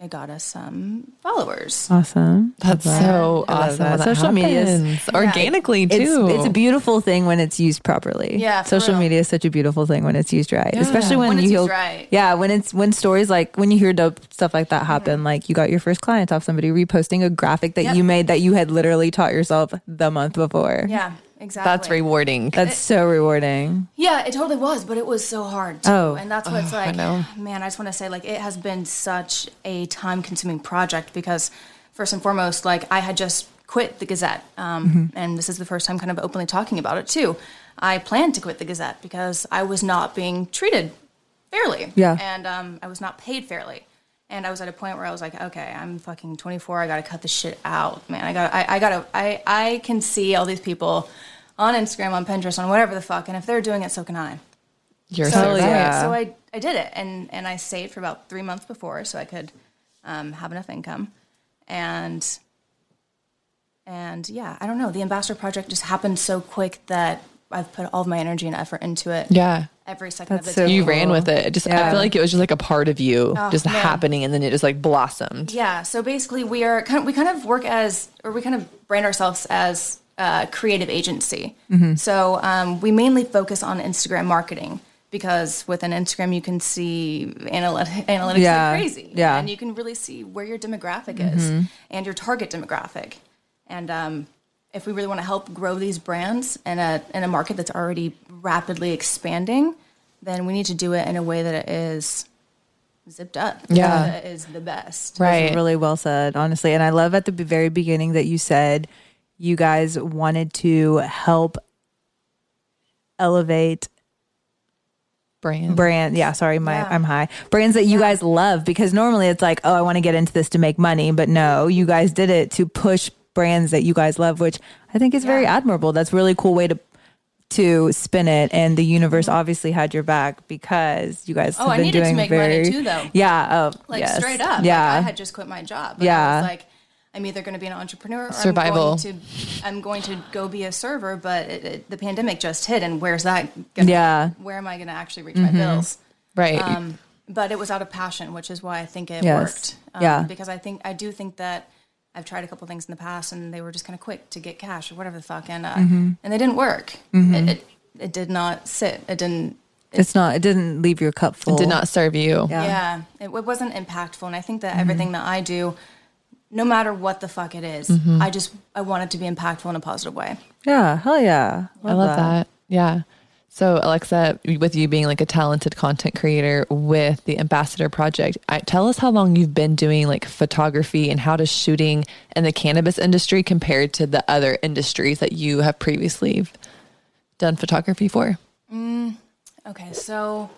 [SPEAKER 3] it got us some
[SPEAKER 1] Oh.
[SPEAKER 3] followers.
[SPEAKER 2] Awesome.
[SPEAKER 1] That's so
[SPEAKER 2] I love
[SPEAKER 1] awesome. when
[SPEAKER 2] that.
[SPEAKER 1] that
[SPEAKER 2] Social media is-
[SPEAKER 1] happens. organically
[SPEAKER 2] It's,
[SPEAKER 1] too.
[SPEAKER 2] it's a beautiful thing when it's used properly.
[SPEAKER 3] Yeah, for
[SPEAKER 2] social
[SPEAKER 3] real.
[SPEAKER 2] media is such a beautiful thing when it's used right, especially when,
[SPEAKER 3] When
[SPEAKER 2] you
[SPEAKER 3] it's
[SPEAKER 2] hear,
[SPEAKER 3] used right.
[SPEAKER 2] yeah, when it's when stories like when you hear dope stuff like that happen, like you got your first client off somebody reposting a graphic that
[SPEAKER 3] Yep.
[SPEAKER 2] you made that you had literally taught yourself the month before.
[SPEAKER 3] Yeah, exactly.
[SPEAKER 1] That's rewarding.
[SPEAKER 2] That's so rewarding.
[SPEAKER 3] Yeah, it totally was, but it was so hard. Too.
[SPEAKER 2] Oh.
[SPEAKER 3] and that's what's
[SPEAKER 1] Oh, I
[SPEAKER 3] like,
[SPEAKER 1] know.
[SPEAKER 3] man, I just want to say, like, it has been such a time consuming project because, first and foremost, like, I had just quit the Gazette. Um, And this is the first time kind of openly talking about it, too. I planned to quit the Gazette because I was not being treated fairly.
[SPEAKER 2] Yeah.
[SPEAKER 3] And um, I was not paid fairly. And I was at a point where I was like, okay, I'm fucking 24. I got to cut this shit out, man. I got, I, I got to, I, I can see all these people on Instagram, on Pinterest, on whatever the fuck. And if they're doing it, so can I.
[SPEAKER 1] You're
[SPEAKER 3] So,
[SPEAKER 1] so
[SPEAKER 2] Totally.
[SPEAKER 1] right.
[SPEAKER 2] yeah.
[SPEAKER 3] so I, I did it. And, and I saved for about three months before so I could um, have enough income. And, and yeah, I don't know. The ambassador project just happened so quick that I've put all of my energy and effort into it.
[SPEAKER 1] Yeah.
[SPEAKER 3] Every second
[SPEAKER 2] That's
[SPEAKER 3] of the
[SPEAKER 2] so
[SPEAKER 3] day.
[SPEAKER 1] You ran with it. It Just I
[SPEAKER 2] Yeah.
[SPEAKER 1] feel like it was just like a part of you, just
[SPEAKER 3] man.
[SPEAKER 1] happening, and then it just like blossomed.
[SPEAKER 3] Yeah. So basically, we are kind of, we kind of work as, or we kind of brand ourselves as a creative agency.
[SPEAKER 2] Mm-hmm.
[SPEAKER 3] So um, we mainly focus on Instagram marketing because within Instagram you can see analytics, analytics
[SPEAKER 2] Yeah,
[SPEAKER 3] like crazy,
[SPEAKER 2] yeah. Mm-hmm.
[SPEAKER 3] and you can really see where your demographic is and your target demographic, and um, if we really want to help grow these brands in a in a market that's already rapidly expanding, then we need to do it in a way that it is zipped up.
[SPEAKER 1] Yeah.
[SPEAKER 3] that it is the best.
[SPEAKER 2] That was
[SPEAKER 1] Right.
[SPEAKER 2] really well said, honestly. And I love at the b- very beginning that you said you guys wanted to help elevate
[SPEAKER 1] Brand.
[SPEAKER 2] brand yeah sorry my
[SPEAKER 3] Yeah.
[SPEAKER 2] i'm high brands that you guys love because normally it's like oh i want to get into this to make money but no you guys did it to push brands that you guys love which i think is very admirable that's a really cool way to to spin it and the universe obviously had your back because you guys
[SPEAKER 3] Mm-hmm. Oh,
[SPEAKER 2] have
[SPEAKER 3] I
[SPEAKER 2] been
[SPEAKER 3] needed to
[SPEAKER 2] doing
[SPEAKER 3] make money
[SPEAKER 2] very,
[SPEAKER 3] too, though.
[SPEAKER 2] yeah oh
[SPEAKER 3] like
[SPEAKER 2] yes.
[SPEAKER 3] straight up.
[SPEAKER 2] yeah
[SPEAKER 3] like, I had just quit my job. And I
[SPEAKER 2] Yeah.
[SPEAKER 3] was like, I'm either going to be an entrepreneur or
[SPEAKER 1] Survival.
[SPEAKER 3] I'm going to I'm going to go be a server. But it, it, the pandemic just hit, and where's that? Gonna,
[SPEAKER 2] Yeah. Mm-hmm.
[SPEAKER 3] where am I going to actually reach my bills?
[SPEAKER 1] Right.
[SPEAKER 3] Um, but it was out of passion, which is why I think it
[SPEAKER 2] Yes.
[SPEAKER 3] worked. Um,
[SPEAKER 2] Yeah.
[SPEAKER 3] Because I think I do think that I've tried a couple things in the past, and they were just kind of quick to get cash or whatever the fuck, and uh,
[SPEAKER 2] Mm-hmm.
[SPEAKER 3] and they didn't work. It, it it did not sit. It didn't
[SPEAKER 2] it's not it didn't leave your cup full
[SPEAKER 1] Did not serve you.
[SPEAKER 2] Yeah.
[SPEAKER 3] yeah, it, it wasn't impactful. And I think that everything that I do, no matter what the fuck it is, I just I want it to be impactful in a positive way.
[SPEAKER 2] yeah hell yeah
[SPEAKER 1] I love that. Yeah. So Alexa, with you being like a talented content creator with the Ambassador Project, I, tell us how long you've been doing like photography and how does shooting and the cannabis industry compared to the other industries that you have previously done photography for?
[SPEAKER 3] Okay, so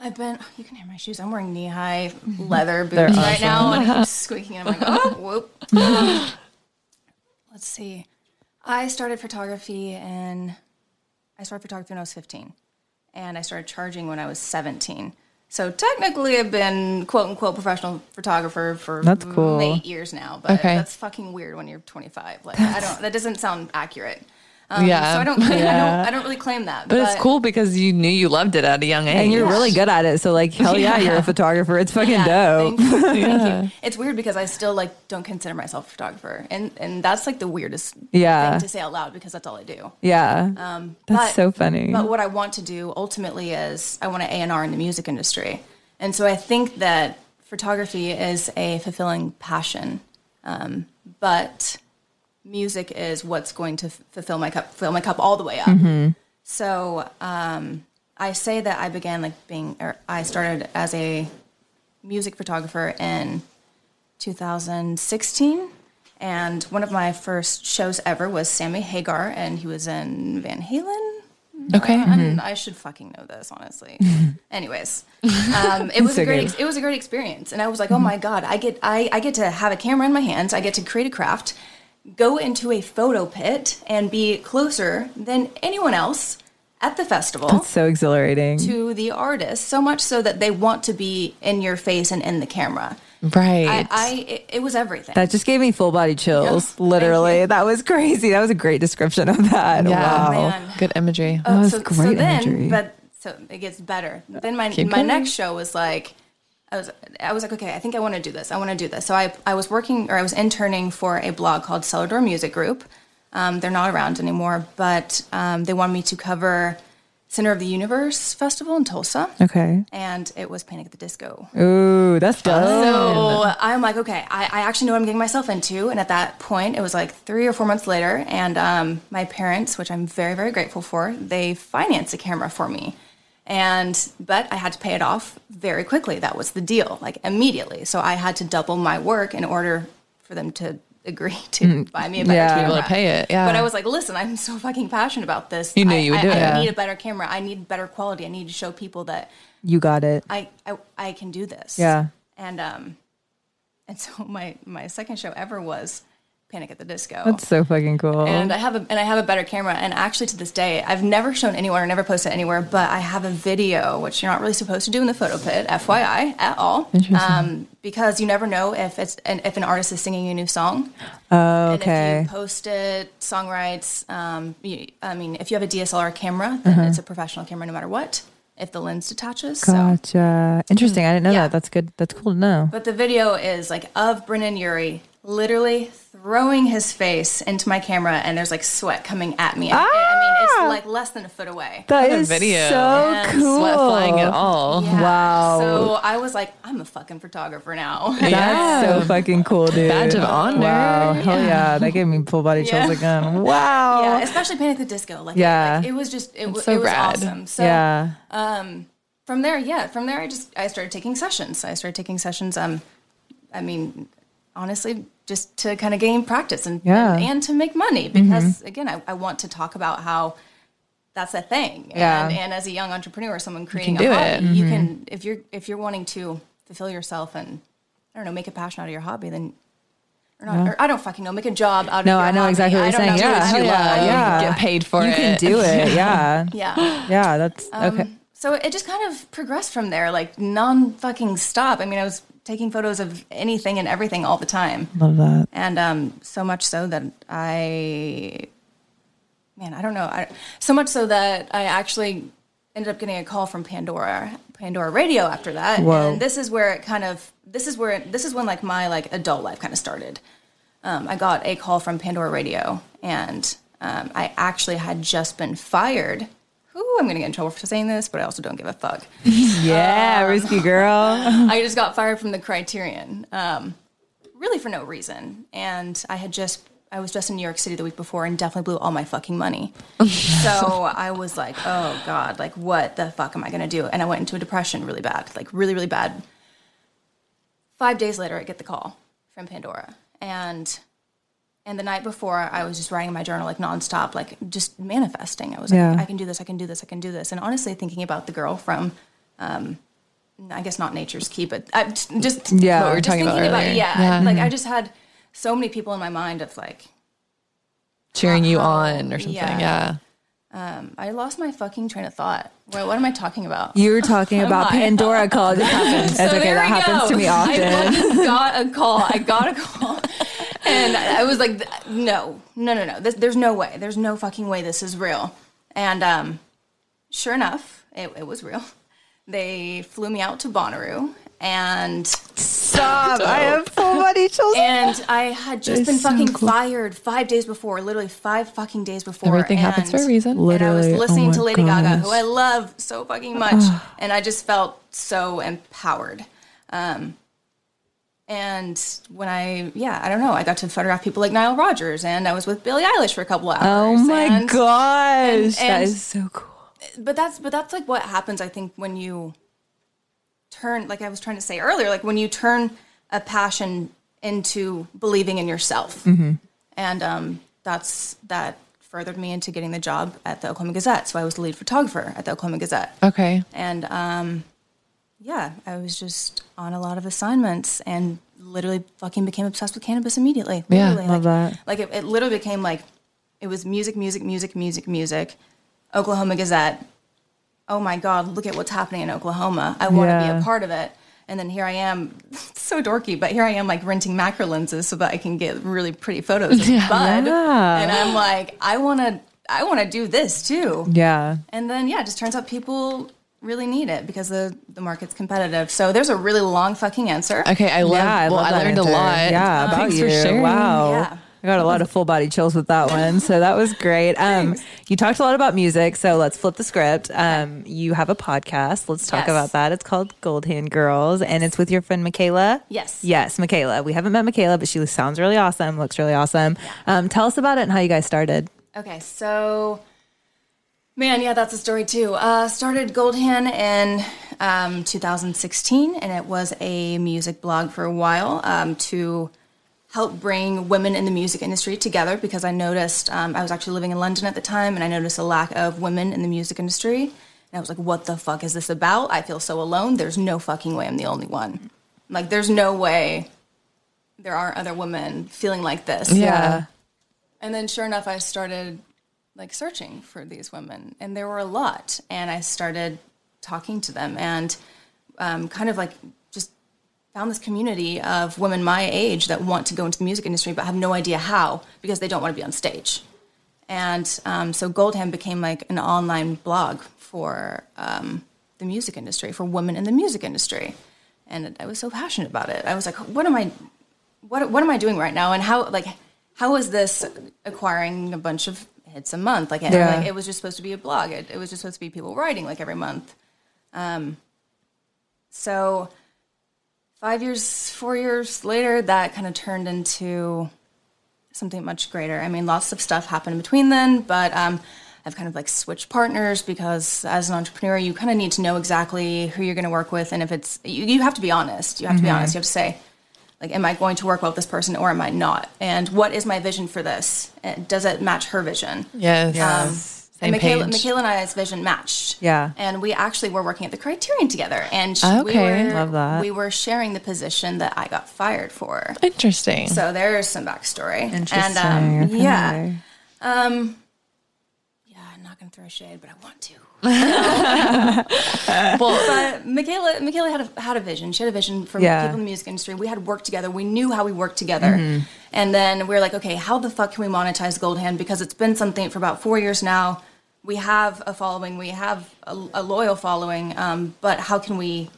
[SPEAKER 3] I've been. You can hear my shoes. I'm wearing knee high leather boots
[SPEAKER 1] Mm-hmm. They're
[SPEAKER 3] right now, and I keep squeaking. And I'm like, oh, whoop. Let's see. I started photography in. I started photography when I was 15, and I started charging when I was 17. So technically, I've been quote unquote professional photographer for
[SPEAKER 2] That's cool.
[SPEAKER 3] eight years now. But
[SPEAKER 1] Okay.
[SPEAKER 3] that's fucking weird when you're 25. Like I don't. That doesn't sound accurate. Um,
[SPEAKER 1] Yeah.
[SPEAKER 3] So I don't. claim- I
[SPEAKER 2] Yeah.
[SPEAKER 3] don't. I don't really claim that.
[SPEAKER 1] But, it's cool because you knew you loved it at a young age.
[SPEAKER 2] and you're really good at it so like hell yeah, you're a photographer it's fucking dope
[SPEAKER 3] Thank you. Thank you. It's weird because I still like don't consider myself a photographer, and and that's like the weirdest
[SPEAKER 2] Yeah. Mm-hmm.
[SPEAKER 3] thing to say out loud because that's all I do.
[SPEAKER 2] Yeah. That's
[SPEAKER 3] Um, but-
[SPEAKER 2] so funny.
[SPEAKER 3] But what I want to do ultimately is I want to A and R in the music industry, and so I think that photography is a fulfilling passion, um, but music is what's going to f- fulfill my cup, fill my cup all the way up. So um, I say that I began like being, or I started as a music photographer in 2016. And one of my first shows ever was Sammy Hagar, and he was in Van Halen.
[SPEAKER 1] Okay.
[SPEAKER 2] Mm-hmm.
[SPEAKER 3] And I should fucking know this, honestly. Anyways, um, it was
[SPEAKER 2] So
[SPEAKER 3] a great
[SPEAKER 2] good. Mm-hmm.
[SPEAKER 3] ex- it was a great experience, and I was like, oh my god, I get I, I get to have a camera in my hands, I get to create a craft, go into a photo pit, and be closer than anyone else at the festival
[SPEAKER 2] That's so exhilarating.
[SPEAKER 3] to the artist, so much so that they want to be in your face and in the camera.
[SPEAKER 1] Right.
[SPEAKER 3] I, I it, it was everything.
[SPEAKER 2] that just gave me full body chills.
[SPEAKER 3] Yeah. Thank
[SPEAKER 2] Literally.
[SPEAKER 3] you.
[SPEAKER 2] That was crazy. That was a great description of that.
[SPEAKER 1] yeah.
[SPEAKER 2] Wow.
[SPEAKER 3] man.
[SPEAKER 1] Oh, Good imagery.
[SPEAKER 3] Oh,
[SPEAKER 2] That was
[SPEAKER 3] so, so
[SPEAKER 2] great
[SPEAKER 3] then,
[SPEAKER 2] imagery.
[SPEAKER 3] but so it gets better. Then my
[SPEAKER 1] Keep
[SPEAKER 3] my
[SPEAKER 1] going.
[SPEAKER 3] next show was like I was I was like, okay, I think I want to do this. I want to do this. So I I was working or I was interning for a blog called Cellar Door Music Group. Um, they're not around anymore, but um, they wanted me to cover Center of the Universe Festival in Tulsa,
[SPEAKER 2] Okay.
[SPEAKER 3] and it was Panic at the Disco.
[SPEAKER 2] Ooh, that's dope.
[SPEAKER 3] So I'm like, okay, I, I actually know what I'm getting myself into. And at that point, it was like three or four months later, and um, my parents, which I'm very, very grateful for, they financed a camera for me. And but I had to pay it off very quickly. That was the deal, like immediately. So I had to double my work in order for them to agree to buy me a better
[SPEAKER 2] Yeah. To be
[SPEAKER 3] camera.
[SPEAKER 1] able to pay it, yeah.
[SPEAKER 3] But I was like, listen, I'm so fucking passionate about this.
[SPEAKER 1] You knew
[SPEAKER 3] I-
[SPEAKER 1] you would
[SPEAKER 3] I-
[SPEAKER 1] do it.
[SPEAKER 3] I need a better camera. I need better quality. I need to show people that
[SPEAKER 2] You got it.
[SPEAKER 3] I, I I can do this.
[SPEAKER 2] Yeah.
[SPEAKER 3] And um, and so my my second show ever was Panic at the Disco.
[SPEAKER 2] That's so fucking cool.
[SPEAKER 3] and I have a and I have a better camera. And actually, to this day, I've never shown anyone or never posted anywhere. But I have a video, which you're not really supposed to do in the photo pit, FYI, at all, um, because you never know if it's and if an artist is singing a new song. And
[SPEAKER 2] Oh, okay.
[SPEAKER 3] if you post it, songwrites. Um, you, I mean, if you have a DSLR camera, then
[SPEAKER 2] Uh-huh.
[SPEAKER 3] it's a professional camera, no matter what. If the lens detaches, so
[SPEAKER 2] Gotcha. Interesting. I didn't know
[SPEAKER 3] Yeah.
[SPEAKER 2] that. That's good. That's cool to know.
[SPEAKER 3] But the video is like of Brennan Yuri literally throwing his face into my camera, and there's like sweat coming at me. I- I
[SPEAKER 2] Ah!
[SPEAKER 3] mean, it's like less than a foot away.
[SPEAKER 2] That
[SPEAKER 1] a
[SPEAKER 2] is
[SPEAKER 1] video.
[SPEAKER 2] so
[SPEAKER 3] And
[SPEAKER 2] cool.
[SPEAKER 1] Sweat flying at all.
[SPEAKER 3] Yeah.
[SPEAKER 2] Wow.
[SPEAKER 3] So I was like, I'm a fucking photographer now.
[SPEAKER 2] That's
[SPEAKER 1] Yeah.
[SPEAKER 2] so fucking cool, dude.
[SPEAKER 1] Badge of honor.
[SPEAKER 2] Wow. Hell yeah. That gave me full body chills
[SPEAKER 3] Yeah.
[SPEAKER 2] again. Wow.
[SPEAKER 3] Yeah, especially Panic at the Disco. Like,
[SPEAKER 2] Oh. Yeah.
[SPEAKER 3] like, it was just it, was
[SPEAKER 1] so
[SPEAKER 3] it was
[SPEAKER 1] rad.
[SPEAKER 3] awesome. So
[SPEAKER 2] Yeah.
[SPEAKER 3] from there, yeah, from there, I just I started taking sessions. I started taking sessions. Um, I mean, honestly, just to kind of gain practice and
[SPEAKER 2] Yeah. Mm-hmm.
[SPEAKER 3] and, and to make money because again, I, I want to talk about how that's a thing.
[SPEAKER 2] Yeah.
[SPEAKER 3] And, and as a young entrepreneur, someone creating
[SPEAKER 1] do
[SPEAKER 3] a
[SPEAKER 1] it.
[SPEAKER 3] hobby, you
[SPEAKER 2] Mm-hmm.
[SPEAKER 3] can if you're if you're wanting to fulfill yourself and I don't know, make a passion out of your hobby, then. Or not, or I don't fucking know. Make a job out of
[SPEAKER 2] No,
[SPEAKER 3] your
[SPEAKER 2] I know
[SPEAKER 3] hobby.
[SPEAKER 2] exactly what
[SPEAKER 3] I
[SPEAKER 2] you're
[SPEAKER 3] don't
[SPEAKER 2] saying.
[SPEAKER 3] know.
[SPEAKER 2] Yeah.
[SPEAKER 3] It's
[SPEAKER 2] Hell
[SPEAKER 3] your
[SPEAKER 2] yeah.
[SPEAKER 3] love.
[SPEAKER 2] Yeah.
[SPEAKER 1] Get paid for
[SPEAKER 2] you
[SPEAKER 1] it.
[SPEAKER 2] can do it. Yeah.
[SPEAKER 3] Yeah.
[SPEAKER 2] Yeah. That's okay.
[SPEAKER 3] Um, So it just kind of progressed from there, like non fucking stop. I mean, I was taking photos of anything and everything all the time.
[SPEAKER 2] Love that.
[SPEAKER 3] And um, so much so that I, man, I don't know. I, so much so that I actually ended up getting a call from Pandora, Pandora Radio after that.
[SPEAKER 2] Whoa.
[SPEAKER 3] And this is where it kind of, this is where, this is when like my like adult life kind of started. Um, I got a call from Pandora Radio and um, I actually had just been fired. Ooh, I'm going to get in trouble for saying this, but I also don't give a fuck.
[SPEAKER 2] Yeah.
[SPEAKER 3] Um,
[SPEAKER 2] risky girl.
[SPEAKER 3] I just got fired from the Criterion, um, really for no reason. And I had just, I was just in New York City the week before and definitely blew all my fucking money. so I was like, oh God, like what the fuck am I gonna do? And I went into a depression really bad, like really, really bad. Five days later, I get the call from Pandora. And and the night before, I was just writing in my journal like nonstop, like just manifesting. I was like,
[SPEAKER 2] Yeah.
[SPEAKER 3] I can do this, I can do this, I can do this. And honestly, thinking about the girl from I guess not Nature's Key, but I, just
[SPEAKER 2] Yeah. What we were
[SPEAKER 3] just
[SPEAKER 1] talking about
[SPEAKER 3] thinking
[SPEAKER 1] earlier.
[SPEAKER 3] yeah,
[SPEAKER 1] Yeah.
[SPEAKER 3] like
[SPEAKER 2] Mm-hmm.
[SPEAKER 3] I just had so many people in my mind of like
[SPEAKER 1] Cheering you on or something. Yeah.
[SPEAKER 3] Yeah. um, I lost my fucking train of thought. What, what am I talking about?
[SPEAKER 2] You were talking about
[SPEAKER 3] I?
[SPEAKER 2] Pandora call. It just happened. That's okay.
[SPEAKER 3] there
[SPEAKER 2] That
[SPEAKER 3] we
[SPEAKER 2] happens
[SPEAKER 3] go.
[SPEAKER 2] to me
[SPEAKER 3] I
[SPEAKER 2] often.
[SPEAKER 3] fucking got a call. I got a call, and I was like, th- no, no, no, no. This, there's no way. There's no fucking way this is real. And um, sure enough, it, it was real. They flew me out to Bonnaroo, and
[SPEAKER 2] Stop. I have full body chills.
[SPEAKER 3] and I had just
[SPEAKER 2] That
[SPEAKER 3] been
[SPEAKER 2] is so
[SPEAKER 3] fucking
[SPEAKER 2] cool.
[SPEAKER 3] fired five days before, literally five fucking days before.
[SPEAKER 1] Everything happens for a reason.
[SPEAKER 3] And I was
[SPEAKER 2] Literally. Oh
[SPEAKER 3] listening
[SPEAKER 2] my Ah.
[SPEAKER 3] to Lady Gaga, who
[SPEAKER 2] gosh.
[SPEAKER 3] I love so fucking much, and I just felt so empowered. Um, and when I, yeah, I don't know, I got to photograph people like Nile Rodgers, and I was with Billie Eilish for a couple hours.
[SPEAKER 2] Oh my
[SPEAKER 3] and-
[SPEAKER 2] gosh. that
[SPEAKER 3] and-
[SPEAKER 2] is so cool.
[SPEAKER 3] but that's but that's like what happens i think when you turn like i was trying to say earlier like when you turn a passion into believing in yourself and um, that's that furthered me into getting the job at the oklahoma gazette so i was the lead photographer at the oklahoma gazette
[SPEAKER 1] Okay.
[SPEAKER 3] and um, yeah i was just on a lot of assignments and literally fucking became obsessed with cannabis immediately
[SPEAKER 1] Yeah,
[SPEAKER 3] Literally,
[SPEAKER 2] love
[SPEAKER 3] like,
[SPEAKER 2] that.
[SPEAKER 3] like it, it literally became like it was music music music music music oklahoma gazette oh my god look at what's happening in oklahoma i want to be
[SPEAKER 2] Yeah.
[SPEAKER 3] a part of it and then here i am so dorky but here i am like renting macro lenses so that i can get really pretty photos of bud
[SPEAKER 2] Yeah.
[SPEAKER 3] and i'm like i want to i want to do this too
[SPEAKER 2] Yeah.
[SPEAKER 3] and then yeah, it just turns out people really need it because the, the market's competitive. So there's a really long fucking answer.
[SPEAKER 1] Okay, I love.
[SPEAKER 2] Yeah, I,
[SPEAKER 1] well,
[SPEAKER 2] love
[SPEAKER 1] I
[SPEAKER 2] that
[SPEAKER 1] learned a
[SPEAKER 2] answer.
[SPEAKER 1] lot.
[SPEAKER 2] Yeah, about
[SPEAKER 1] Thanks
[SPEAKER 2] you.
[SPEAKER 1] for sharing.
[SPEAKER 2] Wow.
[SPEAKER 3] Yeah.
[SPEAKER 2] I got a lot of full body chills with that one. So that was great. Um, you talked a lot about music. So let's flip the script. Um, you have a podcast. Let's talk
[SPEAKER 3] Yes.
[SPEAKER 2] about that. It's called Gold Hand Girls and it's with your friend Michaela.
[SPEAKER 3] Yes.
[SPEAKER 2] Yes, Michaela. We haven't met Michaela, but she sounds really awesome, looks really awesome. Um, tell us about it and how you guys started.
[SPEAKER 3] Okay, so man, yeah, that's a story too. Uh, started Goldhan in um, 2016, and it was a music blog for a while um, to help bring women in the music industry together because I noticed um, I was actually living in London at the time, and I noticed a lack of women in the music industry. And I was like, "What the fuck is this about? I feel so alone. There's no fucking way I'm the only one. Like, there's no way." There aren't other women feeling like this.
[SPEAKER 1] Yeah.
[SPEAKER 3] And then sure enough, I started like searching for these women, and there were a lot. And I started talking to them and um, kind of like just found this community of women my age that want to go into the music industry but have no idea how because they don't want to be on stage. And um, so Goldham became like an online blog for um, the music industry, for women in the music industry. And I was so passionate about it. I was like, what am I, what, what am I doing right now? And how, like, how is this acquiring a bunch of hits a month? Like, and,
[SPEAKER 2] Yeah.
[SPEAKER 3] like it was just supposed to be a blog. It, it was just supposed to be people writing like every month. Um, so five years, four years later, that kind of turned into something much greater. I mean, lots of stuff happened between then, but um, I've kind of like switched partners because as an entrepreneur, you kind of need to know exactly who you're going to work with, and if it's you, you have to be honest. You have to be honest. You have to say, like, am I going to work well with this person or am I not? And what is my vision for this? And does it match her vision?
[SPEAKER 1] Yes.
[SPEAKER 3] Um, and
[SPEAKER 1] Same
[SPEAKER 3] Michaela,
[SPEAKER 1] page.
[SPEAKER 3] Michaela and I's vision matched.
[SPEAKER 2] Yeah.
[SPEAKER 3] And we actually were working at the Criterion together, and sh-
[SPEAKER 1] Okay.
[SPEAKER 3] we were
[SPEAKER 2] Love that.
[SPEAKER 3] we were sharing the position that I got fired for.
[SPEAKER 1] Interesting.
[SPEAKER 3] So there's some backstory.
[SPEAKER 2] Interesting.
[SPEAKER 3] And um,
[SPEAKER 2] You're
[SPEAKER 3] yeah, Um,
[SPEAKER 2] familiar.
[SPEAKER 3] yeah, I'm not gonna throw shade, but I want to.
[SPEAKER 1] well,
[SPEAKER 3] But Michaela, Michaela had a, had a vision. She had a vision for
[SPEAKER 2] Yeah.
[SPEAKER 3] people in the music industry. We had worked together. We knew how we worked together.
[SPEAKER 2] Mm-hmm.
[SPEAKER 3] And then we were like, okay, how the fuck can we monetize Gold Hand? Because it's been something for about four years now. We have a following. We have a, a loyal following. Um, but how can we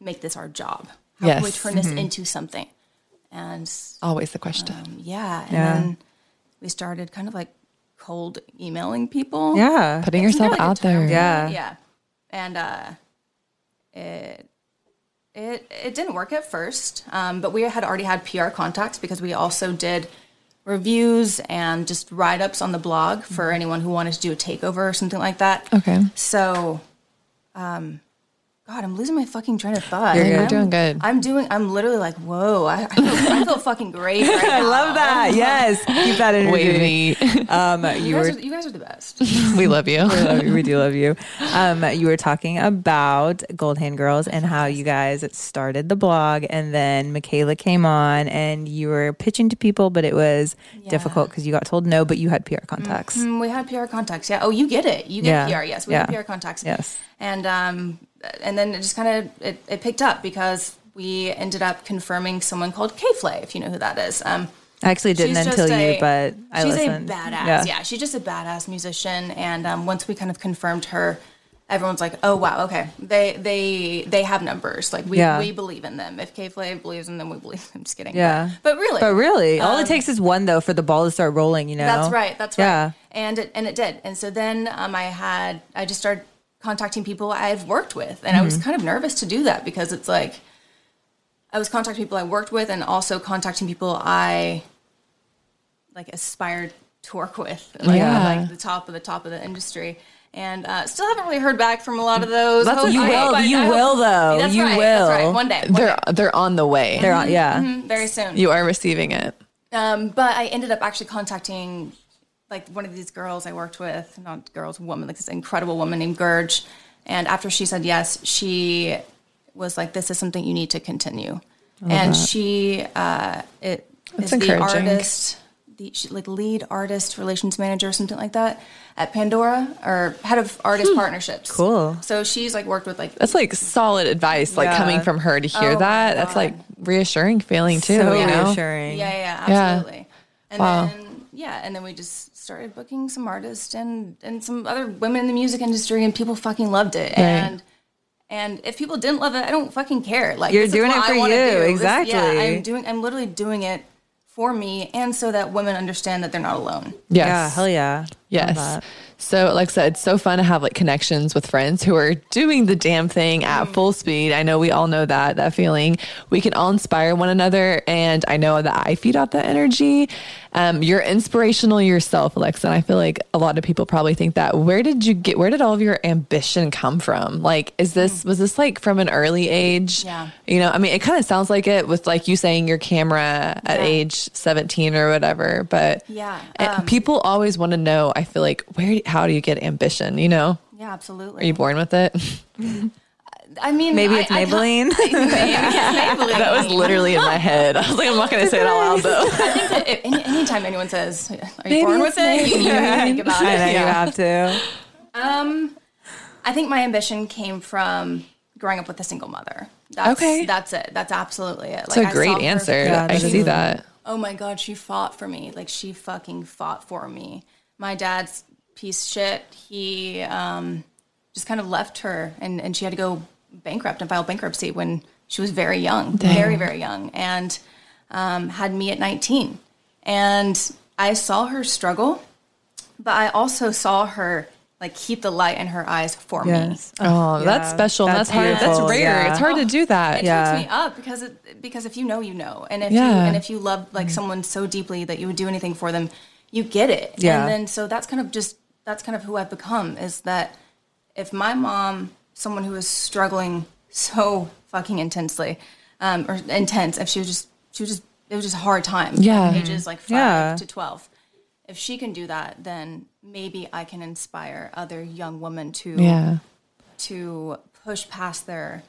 [SPEAKER 3] make this our job? How can we
[SPEAKER 1] Yes.
[SPEAKER 3] turn this
[SPEAKER 2] Mm-hmm.
[SPEAKER 3] into something? And
[SPEAKER 1] always the question.
[SPEAKER 3] Um, Yeah. And
[SPEAKER 2] Yeah.
[SPEAKER 3] then we started kind of like cold emailing people.
[SPEAKER 2] Yeah.
[SPEAKER 1] Putting
[SPEAKER 3] It's a
[SPEAKER 1] yourself
[SPEAKER 3] really
[SPEAKER 1] out
[SPEAKER 3] good time.
[SPEAKER 1] there.
[SPEAKER 2] Yeah.
[SPEAKER 3] Yeah. And uh it it it didn't work at first. Um, but we had already had PR contacts because we also did reviews and just write ups on the blog for anyone who wanted to do a takeover or something like that.
[SPEAKER 1] Mm-hmm. Okay.
[SPEAKER 3] So um God, I'm losing my fucking train of thought.
[SPEAKER 1] You're
[SPEAKER 3] I'm-
[SPEAKER 1] doing good.
[SPEAKER 3] I'm doing. I'm literally like, whoa. I, I, feel, I feel fucking great. Right
[SPEAKER 2] I love that. Yes. Keep that energy.
[SPEAKER 1] Wavy.
[SPEAKER 2] Um, you
[SPEAKER 3] You
[SPEAKER 2] were
[SPEAKER 3] guys, are, you guys are the best. Mm-hmm.
[SPEAKER 1] we love you.
[SPEAKER 2] We love you. We do love you. Um, you were talking about Gold Hand Girls and how you guys started the blog, and then Michaela came on, and you were pitching to people, but it was difficult because you got told no, but you had PR contacts.
[SPEAKER 3] Mm, we had PR contacts. Yeah. Oh, you get it. You get
[SPEAKER 2] Yeah.
[SPEAKER 3] PR. Yes, we had
[SPEAKER 2] Yeah.
[SPEAKER 3] PR contacts.
[SPEAKER 2] Yes.
[SPEAKER 3] And um, and then it just kind of it, it picked up because we ended up confirming someone called K Flay, if you know who that is. Um,
[SPEAKER 2] I actually didn't
[SPEAKER 3] She's
[SPEAKER 2] until
[SPEAKER 3] just
[SPEAKER 2] you,
[SPEAKER 3] a-
[SPEAKER 2] but I
[SPEAKER 3] she's
[SPEAKER 2] listened.
[SPEAKER 3] a badass.
[SPEAKER 2] Yeah.
[SPEAKER 3] Yeah. she's just a badass musician. And um, once we kind of confirmed her, everyone's like, "Oh wow, okay, they they they have numbers. Like we,
[SPEAKER 2] Yeah.
[SPEAKER 3] we believe in them. If K Flay believes in them, we believe. I'm just kidding. But-
[SPEAKER 2] Yeah.
[SPEAKER 3] but, really,
[SPEAKER 2] But really, all it takes is one though for the ball to start rolling. You know,
[SPEAKER 3] Um, That's right. That's
[SPEAKER 2] Yeah.
[SPEAKER 3] right. And it, and it did. And so then um, I had I just started contacting people I've worked with, and I
[SPEAKER 2] Mm-hmm.
[SPEAKER 3] was kind of nervous to do that because it's like I was contacting people I worked with, and also contacting people I like aspired to work with, like,
[SPEAKER 1] Yeah.
[SPEAKER 3] like the top of the top of the industry. And uh, still haven't really heard back from a lot of those.
[SPEAKER 2] That's
[SPEAKER 3] Hope-
[SPEAKER 2] you
[SPEAKER 3] I hope
[SPEAKER 2] will.
[SPEAKER 3] I-
[SPEAKER 2] You
[SPEAKER 3] I hope-
[SPEAKER 2] will, though.
[SPEAKER 3] That's
[SPEAKER 2] You
[SPEAKER 3] right, That's
[SPEAKER 2] will.
[SPEAKER 3] right. One day. One
[SPEAKER 1] They're they're on the way.
[SPEAKER 2] They're
[SPEAKER 3] Mm-hmm.
[SPEAKER 2] on, yeah.
[SPEAKER 3] day. Very soon.
[SPEAKER 1] you are receiving it.
[SPEAKER 3] Um, but I ended up actually contacting like one of these girls I worked with, not girls, woman, like this incredible woman named Gurge. And after she said yes, she was like, "This is something you need to continue." And she uh, it
[SPEAKER 1] That's
[SPEAKER 3] is the
[SPEAKER 1] encouraging.
[SPEAKER 3] artist, the she, like lead artist relations manager, or something like that, at Pandora or head of artist
[SPEAKER 1] Hmm.
[SPEAKER 3] partnerships.
[SPEAKER 2] Cool.
[SPEAKER 3] So she's like worked with like
[SPEAKER 1] That's like solid advice, like
[SPEAKER 2] Yeah.
[SPEAKER 1] coming from her to hear
[SPEAKER 3] Oh my
[SPEAKER 1] that. That's
[SPEAKER 3] God.
[SPEAKER 1] like reassuring feeling too.
[SPEAKER 2] so
[SPEAKER 1] you know?
[SPEAKER 2] reassuring.
[SPEAKER 3] Yeah, yeah,
[SPEAKER 1] Yeah.
[SPEAKER 3] absolutely. And
[SPEAKER 1] Wow.
[SPEAKER 3] then yeah, and then we just started booking some artists and and some other women in the music industry, and people fucking loved it. And and if people didn't love it, I don't fucking care. Like
[SPEAKER 2] You're
[SPEAKER 3] this is
[SPEAKER 2] doing
[SPEAKER 3] what
[SPEAKER 2] it
[SPEAKER 3] I
[SPEAKER 2] for
[SPEAKER 3] wanna
[SPEAKER 2] you,
[SPEAKER 3] do. This-
[SPEAKER 2] exactly.
[SPEAKER 3] yeah, I'm doing. I'm literally doing it for me, and so that women understand that they're not alone.
[SPEAKER 1] Yes.
[SPEAKER 2] Yeah, hell yeah. Love
[SPEAKER 1] Yes.
[SPEAKER 2] that.
[SPEAKER 1] So, like I said, it's so fun to have like connections with friends who are doing the damn thing at
[SPEAKER 3] Mm.
[SPEAKER 1] full speed. I know we all know that, that feeling. We can all inspire one another. And I know that I feed off that energy. Um, you're inspirational yourself, Alexa. And I feel like a lot of people probably think that. Where did you get, where did all of your ambition come from? Like, is this, was this like from an early age?
[SPEAKER 3] Mm. Yeah.
[SPEAKER 1] You know, I mean, it kind of sounds like it with like you saying your camera at
[SPEAKER 3] Yeah.
[SPEAKER 1] age 17 or whatever, but
[SPEAKER 3] Yeah,
[SPEAKER 1] and
[SPEAKER 3] um,
[SPEAKER 1] people always want to know, I feel like, where, how do you get ambition? You know,
[SPEAKER 3] Yeah, absolutely.
[SPEAKER 1] are you born with it?
[SPEAKER 3] I mean,
[SPEAKER 2] Maybe
[SPEAKER 3] I-
[SPEAKER 2] it's
[SPEAKER 3] I-
[SPEAKER 2] Maybelline.
[SPEAKER 1] that was literally in my head. I was like, I'm not going to say it out loud though.
[SPEAKER 3] I think that if, any, anytime anyone says, "Are you
[SPEAKER 1] Maybe
[SPEAKER 3] born
[SPEAKER 1] it's
[SPEAKER 3] with it?" You, you think about
[SPEAKER 2] I know
[SPEAKER 3] it.
[SPEAKER 2] you have to.
[SPEAKER 3] I think my ambition came from growing up with a single mother. That's,
[SPEAKER 1] Okay.
[SPEAKER 3] that's it. That's absolutely it.
[SPEAKER 1] It's a great answer.
[SPEAKER 2] Yeah,
[SPEAKER 1] I
[SPEAKER 2] that
[SPEAKER 1] see
[SPEAKER 2] is-
[SPEAKER 1] that.
[SPEAKER 3] oh my god, she fought for me. Like she fucking fought for me. My dad's piece of shit. He um, just kind of left her, and and she had to go bankrupt and file bankruptcy when she was very young, very very young, and um, had me at nineteen. And I saw her struggle, but I also saw her like keep the light in her eyes for me.
[SPEAKER 2] Yes.
[SPEAKER 1] Oh, that's
[SPEAKER 2] yeah.
[SPEAKER 1] special. That's,
[SPEAKER 2] That's
[SPEAKER 1] hard. That's
[SPEAKER 2] beautiful,
[SPEAKER 1] rare.
[SPEAKER 2] yeah.
[SPEAKER 1] It's hard to do that.
[SPEAKER 3] it
[SPEAKER 1] Yeah.
[SPEAKER 2] Yeah.
[SPEAKER 3] yeah. me up because it, because if you know, you know, and if you
[SPEAKER 1] Yeah.
[SPEAKER 3] and if you love like someone so deeply that you would do anything for them, you get it.
[SPEAKER 2] Yeah.
[SPEAKER 3] And then so that's kind of just that's kind of who I've become is that if my mom, someone who is struggling so fucking intensely, um, or intense, if she was just she was just it was just a hard time.
[SPEAKER 1] Yeah.
[SPEAKER 3] Ages like five
[SPEAKER 2] Yeah.
[SPEAKER 3] to twelve. If she can do that, then maybe I can inspire other young women to
[SPEAKER 1] Yeah.
[SPEAKER 3] to push past their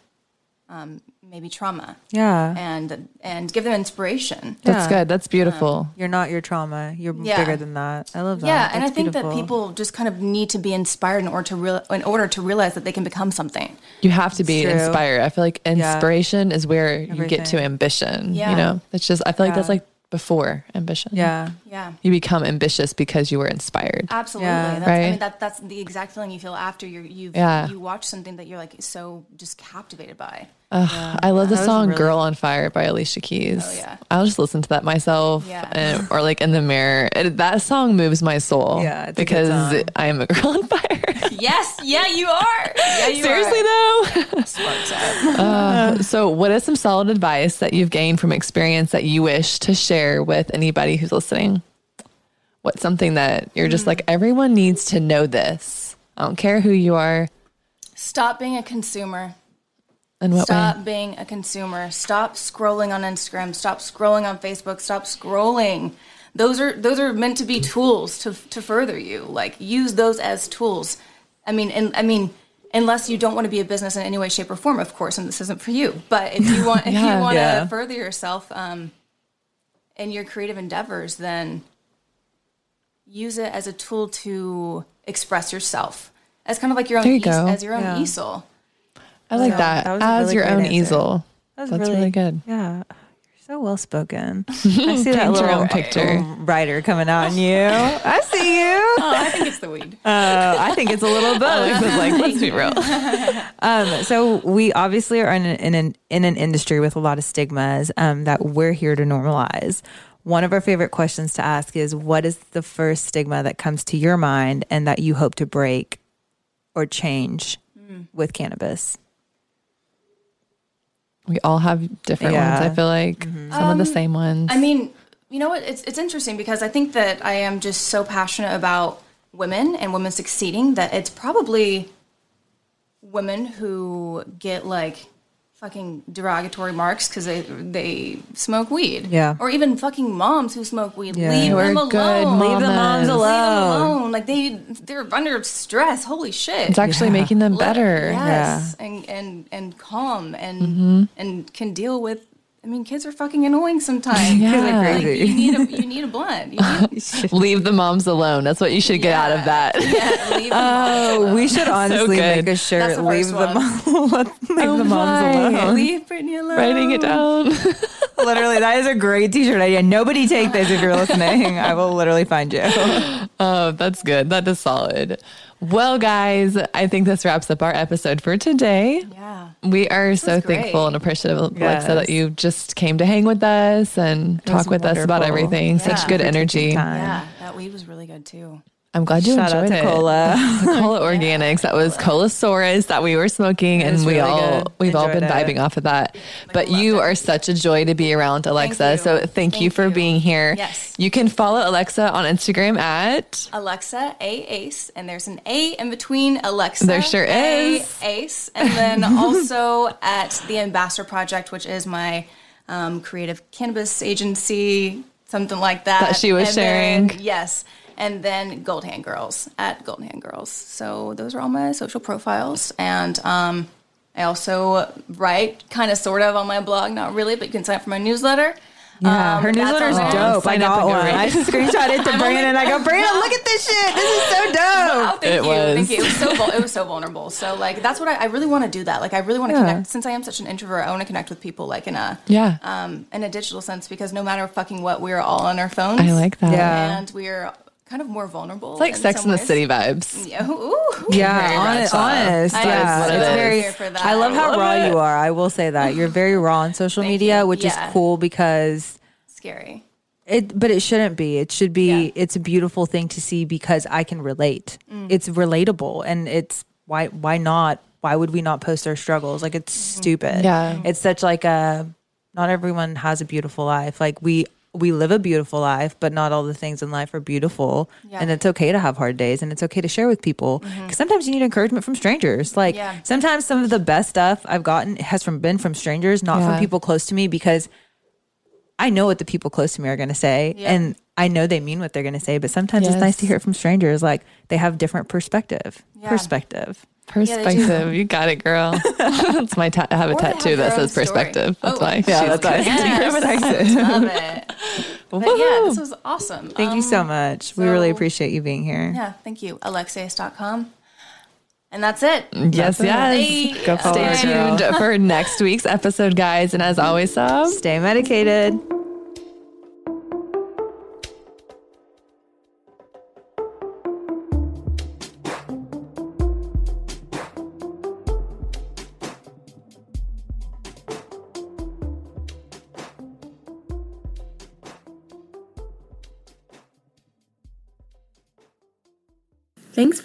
[SPEAKER 3] um, maybe trauma
[SPEAKER 2] Yeah.
[SPEAKER 3] and and give them inspiration.
[SPEAKER 1] That's
[SPEAKER 2] Yeah.
[SPEAKER 1] good. That's beautiful.
[SPEAKER 2] You're not your trauma. You're
[SPEAKER 3] Yeah.
[SPEAKER 2] bigger than that. I love that.
[SPEAKER 3] Yeah, and I
[SPEAKER 2] That's
[SPEAKER 3] think that
[SPEAKER 2] beautiful.
[SPEAKER 3] people just kind of need to be inspired in order to real, in order to realize that they can become something.
[SPEAKER 1] You have to be
[SPEAKER 2] true.
[SPEAKER 1] inspired. I feel like inspiration is where you get to
[SPEAKER 2] Everything.
[SPEAKER 1] ambition.
[SPEAKER 3] Yeah.
[SPEAKER 1] You know, that's just, I feel like that's
[SPEAKER 2] Yeah.
[SPEAKER 1] like before ambition.
[SPEAKER 2] Yeah.
[SPEAKER 3] Yeah,
[SPEAKER 1] You become ambitious because you were inspired.
[SPEAKER 3] absolutely.
[SPEAKER 2] Yeah.
[SPEAKER 3] that's, I
[SPEAKER 1] Right.
[SPEAKER 3] mean that that's the exact feeling you feel after you you
[SPEAKER 1] Yeah.
[SPEAKER 3] have you watch something that you're like so just captivated by.
[SPEAKER 1] Ugh, I love the
[SPEAKER 2] That was
[SPEAKER 1] song
[SPEAKER 2] really-
[SPEAKER 1] "Girl on Fire" by Alicia Keys.
[SPEAKER 3] Oh, yeah.
[SPEAKER 1] I'll just listen to that myself,
[SPEAKER 3] Yeah.
[SPEAKER 1] and, or like in the mirror. It- that song moves my soul.
[SPEAKER 2] Yeah, it's a good
[SPEAKER 1] because
[SPEAKER 2] song.
[SPEAKER 1] I am a girl on fire.
[SPEAKER 3] yes, yeah, you are. Yeah, you
[SPEAKER 1] Seriously
[SPEAKER 3] are.
[SPEAKER 1] though.
[SPEAKER 3] Sparks up.
[SPEAKER 1] Uh, so, what is some solid advice that you've gained from experience that you wish to share with anybody who's listening? What's something that you're
[SPEAKER 2] Hmm.
[SPEAKER 1] just like everyone needs to know this? I don't care who you are
[SPEAKER 3] Stop being a consumer.
[SPEAKER 1] and what way.
[SPEAKER 3] Stop being a consumer. Stop scrolling on Instagram. Stop scrolling on Facebook. Stop scrolling. Those are those are meant to be tools to to further you. Like use those as tools. I mean, and I mean, unless you don't want to be a business in any way, shape, or form, of course, and this isn't for you. But if you want, if
[SPEAKER 1] Yeah.
[SPEAKER 3] you want
[SPEAKER 2] Yeah.
[SPEAKER 3] to further yourself um, in your creative endeavors, then use it as a tool to express yourself. As kind of like your own
[SPEAKER 1] There you
[SPEAKER 3] eas-
[SPEAKER 1] go.
[SPEAKER 3] as your own
[SPEAKER 2] Yeah.
[SPEAKER 3] easel.
[SPEAKER 1] I like
[SPEAKER 2] So,
[SPEAKER 1] that,
[SPEAKER 2] that was a
[SPEAKER 1] as
[SPEAKER 2] really
[SPEAKER 1] your
[SPEAKER 2] great
[SPEAKER 1] own
[SPEAKER 2] answer.
[SPEAKER 1] easel.
[SPEAKER 2] That was
[SPEAKER 1] That's really good.
[SPEAKER 2] Yeah. You're so well spoken. I see that
[SPEAKER 1] Paint your
[SPEAKER 2] little
[SPEAKER 1] own picture.
[SPEAKER 2] writer coming out in you. I see you.
[SPEAKER 3] Oh, I think it's the weed.
[SPEAKER 2] Uh, I think it's a little
[SPEAKER 1] Oh,
[SPEAKER 2] of both.
[SPEAKER 1] Alex is like, let's be real.
[SPEAKER 2] Um, so we obviously are in an, in an in an industry with a lot of stigmas um, that we're here to normalize. One of our favorite questions to ask is, "What is the first stigma that comes to your mind and that you hope to break or change
[SPEAKER 3] Mm.
[SPEAKER 2] with cannabis?"
[SPEAKER 1] We all have different ones.
[SPEAKER 2] Yeah. Mm-hmm.
[SPEAKER 1] I feel like some of the same ones.
[SPEAKER 3] Um, I mean, you know what? It's it's interesting because I think that I am just so passionate about women and women succeeding that it's probably women who get like fucking derogatory marks because they they smoke weed.
[SPEAKER 2] Yeah.
[SPEAKER 3] Or even fucking moms who smoke weed.
[SPEAKER 2] Yeah.
[SPEAKER 3] Leave
[SPEAKER 1] We're
[SPEAKER 3] them alone.
[SPEAKER 1] good Leave the moms mamas.
[SPEAKER 3] Leave them
[SPEAKER 2] alone.
[SPEAKER 3] alone. Like they they're under stress. Holy shit.
[SPEAKER 1] it's actually making them
[SPEAKER 3] Let-
[SPEAKER 1] better.
[SPEAKER 3] Yes, and and and calm and and can deal with. I mean, kids are fucking annoying sometimes.
[SPEAKER 1] Yeah.
[SPEAKER 3] Like,
[SPEAKER 2] Crazy.
[SPEAKER 3] you need a you need a blunt. You need,
[SPEAKER 1] Leave the moms alone. That's what you should get out of that.
[SPEAKER 3] yeah, leave them alone.
[SPEAKER 2] Oh, we should honestly
[SPEAKER 1] good.
[SPEAKER 2] make a
[SPEAKER 3] That's
[SPEAKER 2] shirt.
[SPEAKER 3] the
[SPEAKER 2] Leave
[SPEAKER 3] first
[SPEAKER 2] Oh the mom, let's leave the moms
[SPEAKER 1] my.
[SPEAKER 2] alone.
[SPEAKER 3] leave Brittany alone.
[SPEAKER 1] Writing it down.
[SPEAKER 2] literally, that is a great t-shirt idea. Nobody take this if you're listening. I will literally find you.
[SPEAKER 1] Oh, that's good. That is solid. Well, guys, I think this wraps up our episode for today.
[SPEAKER 3] Yeah.
[SPEAKER 1] We are so
[SPEAKER 3] was great.
[SPEAKER 1] thankful and appreciative, Alexa,
[SPEAKER 2] Yes.
[SPEAKER 1] that you just came to hang with us and talk with us about
[SPEAKER 2] wonderful.
[SPEAKER 1] everything.
[SPEAKER 3] Yeah.
[SPEAKER 1] Such good energy.
[SPEAKER 3] Yeah, that weed was really good too.
[SPEAKER 1] I'm glad you
[SPEAKER 2] Shout out to
[SPEAKER 1] enjoyed it.
[SPEAKER 2] Cola.
[SPEAKER 3] Oh,
[SPEAKER 1] Cola Organics. That was Colasaurus that we were smoking, and
[SPEAKER 2] was
[SPEAKER 1] we
[SPEAKER 2] really
[SPEAKER 1] all
[SPEAKER 2] good.
[SPEAKER 1] we've all
[SPEAKER 2] Enjoyed
[SPEAKER 1] been
[SPEAKER 2] it.
[SPEAKER 1] vibing off of that. But you are such a joy to be around, Alexa.
[SPEAKER 3] you.
[SPEAKER 1] So thank, you
[SPEAKER 3] Thank
[SPEAKER 1] for
[SPEAKER 3] you.
[SPEAKER 1] being here.
[SPEAKER 3] Yes.
[SPEAKER 1] you can follow Alexa on Instagram at
[SPEAKER 3] Alexa, A Ace, and there's an A in between Alexa.
[SPEAKER 1] There sure
[SPEAKER 3] A
[SPEAKER 1] is.
[SPEAKER 3] Ace, and then also at the Ambassador Project, which is my um, creative cannabis agency, something like that.
[SPEAKER 1] That she was
[SPEAKER 3] And then-
[SPEAKER 1] sharing.
[SPEAKER 3] yes. And then Gold Hand Girls at Gold Hand Girls. So those are all my social profiles. And um, I also write kind of sort of on my blog, not really, but you can sign up for my newsletter.
[SPEAKER 2] Yeah,
[SPEAKER 3] Um,
[SPEAKER 2] her
[SPEAKER 3] that's
[SPEAKER 2] newsletter's
[SPEAKER 3] on there.
[SPEAKER 2] dope. I
[SPEAKER 1] Sign up
[SPEAKER 2] got
[SPEAKER 1] and go
[SPEAKER 2] one.
[SPEAKER 1] read.
[SPEAKER 2] I just screenshotted to Brandon and I go, Brandon, look at this shit. This is so dope.
[SPEAKER 3] Oh, thank
[SPEAKER 1] It
[SPEAKER 3] you,
[SPEAKER 1] was.
[SPEAKER 3] thank you. It was so vul- it was so vulnerable. So like that's what I, I really want to do. That like I really want to
[SPEAKER 2] Yeah.
[SPEAKER 3] connect. Since I am such an introvert, I want to connect with people like in a
[SPEAKER 1] yeah.
[SPEAKER 3] um in a digital sense because no matter fucking what, we're all on our phones.
[SPEAKER 1] I like that.
[SPEAKER 2] Yeah.
[SPEAKER 3] and we're kind of more vulnerable.
[SPEAKER 1] It's like
[SPEAKER 3] in
[SPEAKER 1] Sex
[SPEAKER 3] some
[SPEAKER 1] in the
[SPEAKER 3] ways.
[SPEAKER 1] City vibes.
[SPEAKER 3] Yeah, ooh, ooh.
[SPEAKER 2] Yeah,
[SPEAKER 1] Very
[SPEAKER 2] honest,
[SPEAKER 1] raw.
[SPEAKER 2] honest.
[SPEAKER 3] I
[SPEAKER 2] yeah,
[SPEAKER 1] know,
[SPEAKER 2] it's
[SPEAKER 1] so
[SPEAKER 2] very.
[SPEAKER 3] here for that.
[SPEAKER 2] I love how
[SPEAKER 1] Love
[SPEAKER 2] raw
[SPEAKER 1] it.
[SPEAKER 2] you are. I will say that you're very raw on social
[SPEAKER 3] Thank
[SPEAKER 2] media,
[SPEAKER 3] you.
[SPEAKER 2] which
[SPEAKER 3] Yeah.
[SPEAKER 2] is cool because
[SPEAKER 3] Scary.
[SPEAKER 2] it. But it shouldn't be. It should be.
[SPEAKER 3] Yeah. Mm.
[SPEAKER 2] It's a beautiful thing to see because I can relate. It's relatable, and it's why. Why not? Why would we not post our struggles? Like it's
[SPEAKER 3] Mm-hmm.
[SPEAKER 2] stupid.
[SPEAKER 1] Yeah.
[SPEAKER 2] it's such like a. Not everyone has a beautiful life. Like we. We live a beautiful life, but not all the things in life are beautiful.
[SPEAKER 3] Yeah. Mm-hmm.
[SPEAKER 2] And it's okay to have hard days and it's okay to share with people. 'Cause sometimes you need encouragement from strangers. Like
[SPEAKER 3] Yeah.
[SPEAKER 2] sometimes some of the best stuff I've gotten has from been from strangers, not
[SPEAKER 1] Yeah.
[SPEAKER 2] from people close to me, because I know what the people close to me are going to say,
[SPEAKER 3] Yeah.
[SPEAKER 2] and I know they mean what they're going to say. But sometimes it's nice to
[SPEAKER 1] Yes.
[SPEAKER 2] hear it from strangers, like they have different perspective.
[SPEAKER 3] Yeah.
[SPEAKER 2] Perspective.
[SPEAKER 3] do.
[SPEAKER 1] Perspective. you got it, girl. That's my ta- I have a
[SPEAKER 3] Or they have
[SPEAKER 1] tattoo
[SPEAKER 3] their
[SPEAKER 1] that
[SPEAKER 3] own
[SPEAKER 1] says
[SPEAKER 3] story.
[SPEAKER 1] perspective. That's
[SPEAKER 3] Oh.
[SPEAKER 1] why.
[SPEAKER 2] Yeah,
[SPEAKER 1] she's
[SPEAKER 2] that's why.
[SPEAKER 1] good.
[SPEAKER 2] Perspective.
[SPEAKER 3] Love it. But yeah, this was awesome.
[SPEAKER 2] Thank you
[SPEAKER 3] Um,
[SPEAKER 2] so much. we really
[SPEAKER 3] so-
[SPEAKER 2] appreciate you being here.
[SPEAKER 3] Yeah, thank you. Alexis.com. And that's it.
[SPEAKER 1] Yes, yes.
[SPEAKER 3] Hey,
[SPEAKER 2] Go
[SPEAKER 1] Stay
[SPEAKER 2] follow
[SPEAKER 3] alright.
[SPEAKER 2] her, girl.
[SPEAKER 1] tuned for next week's episode, guys. And as always, um, Sub.
[SPEAKER 2] Stay medicated.
[SPEAKER 4] Thanks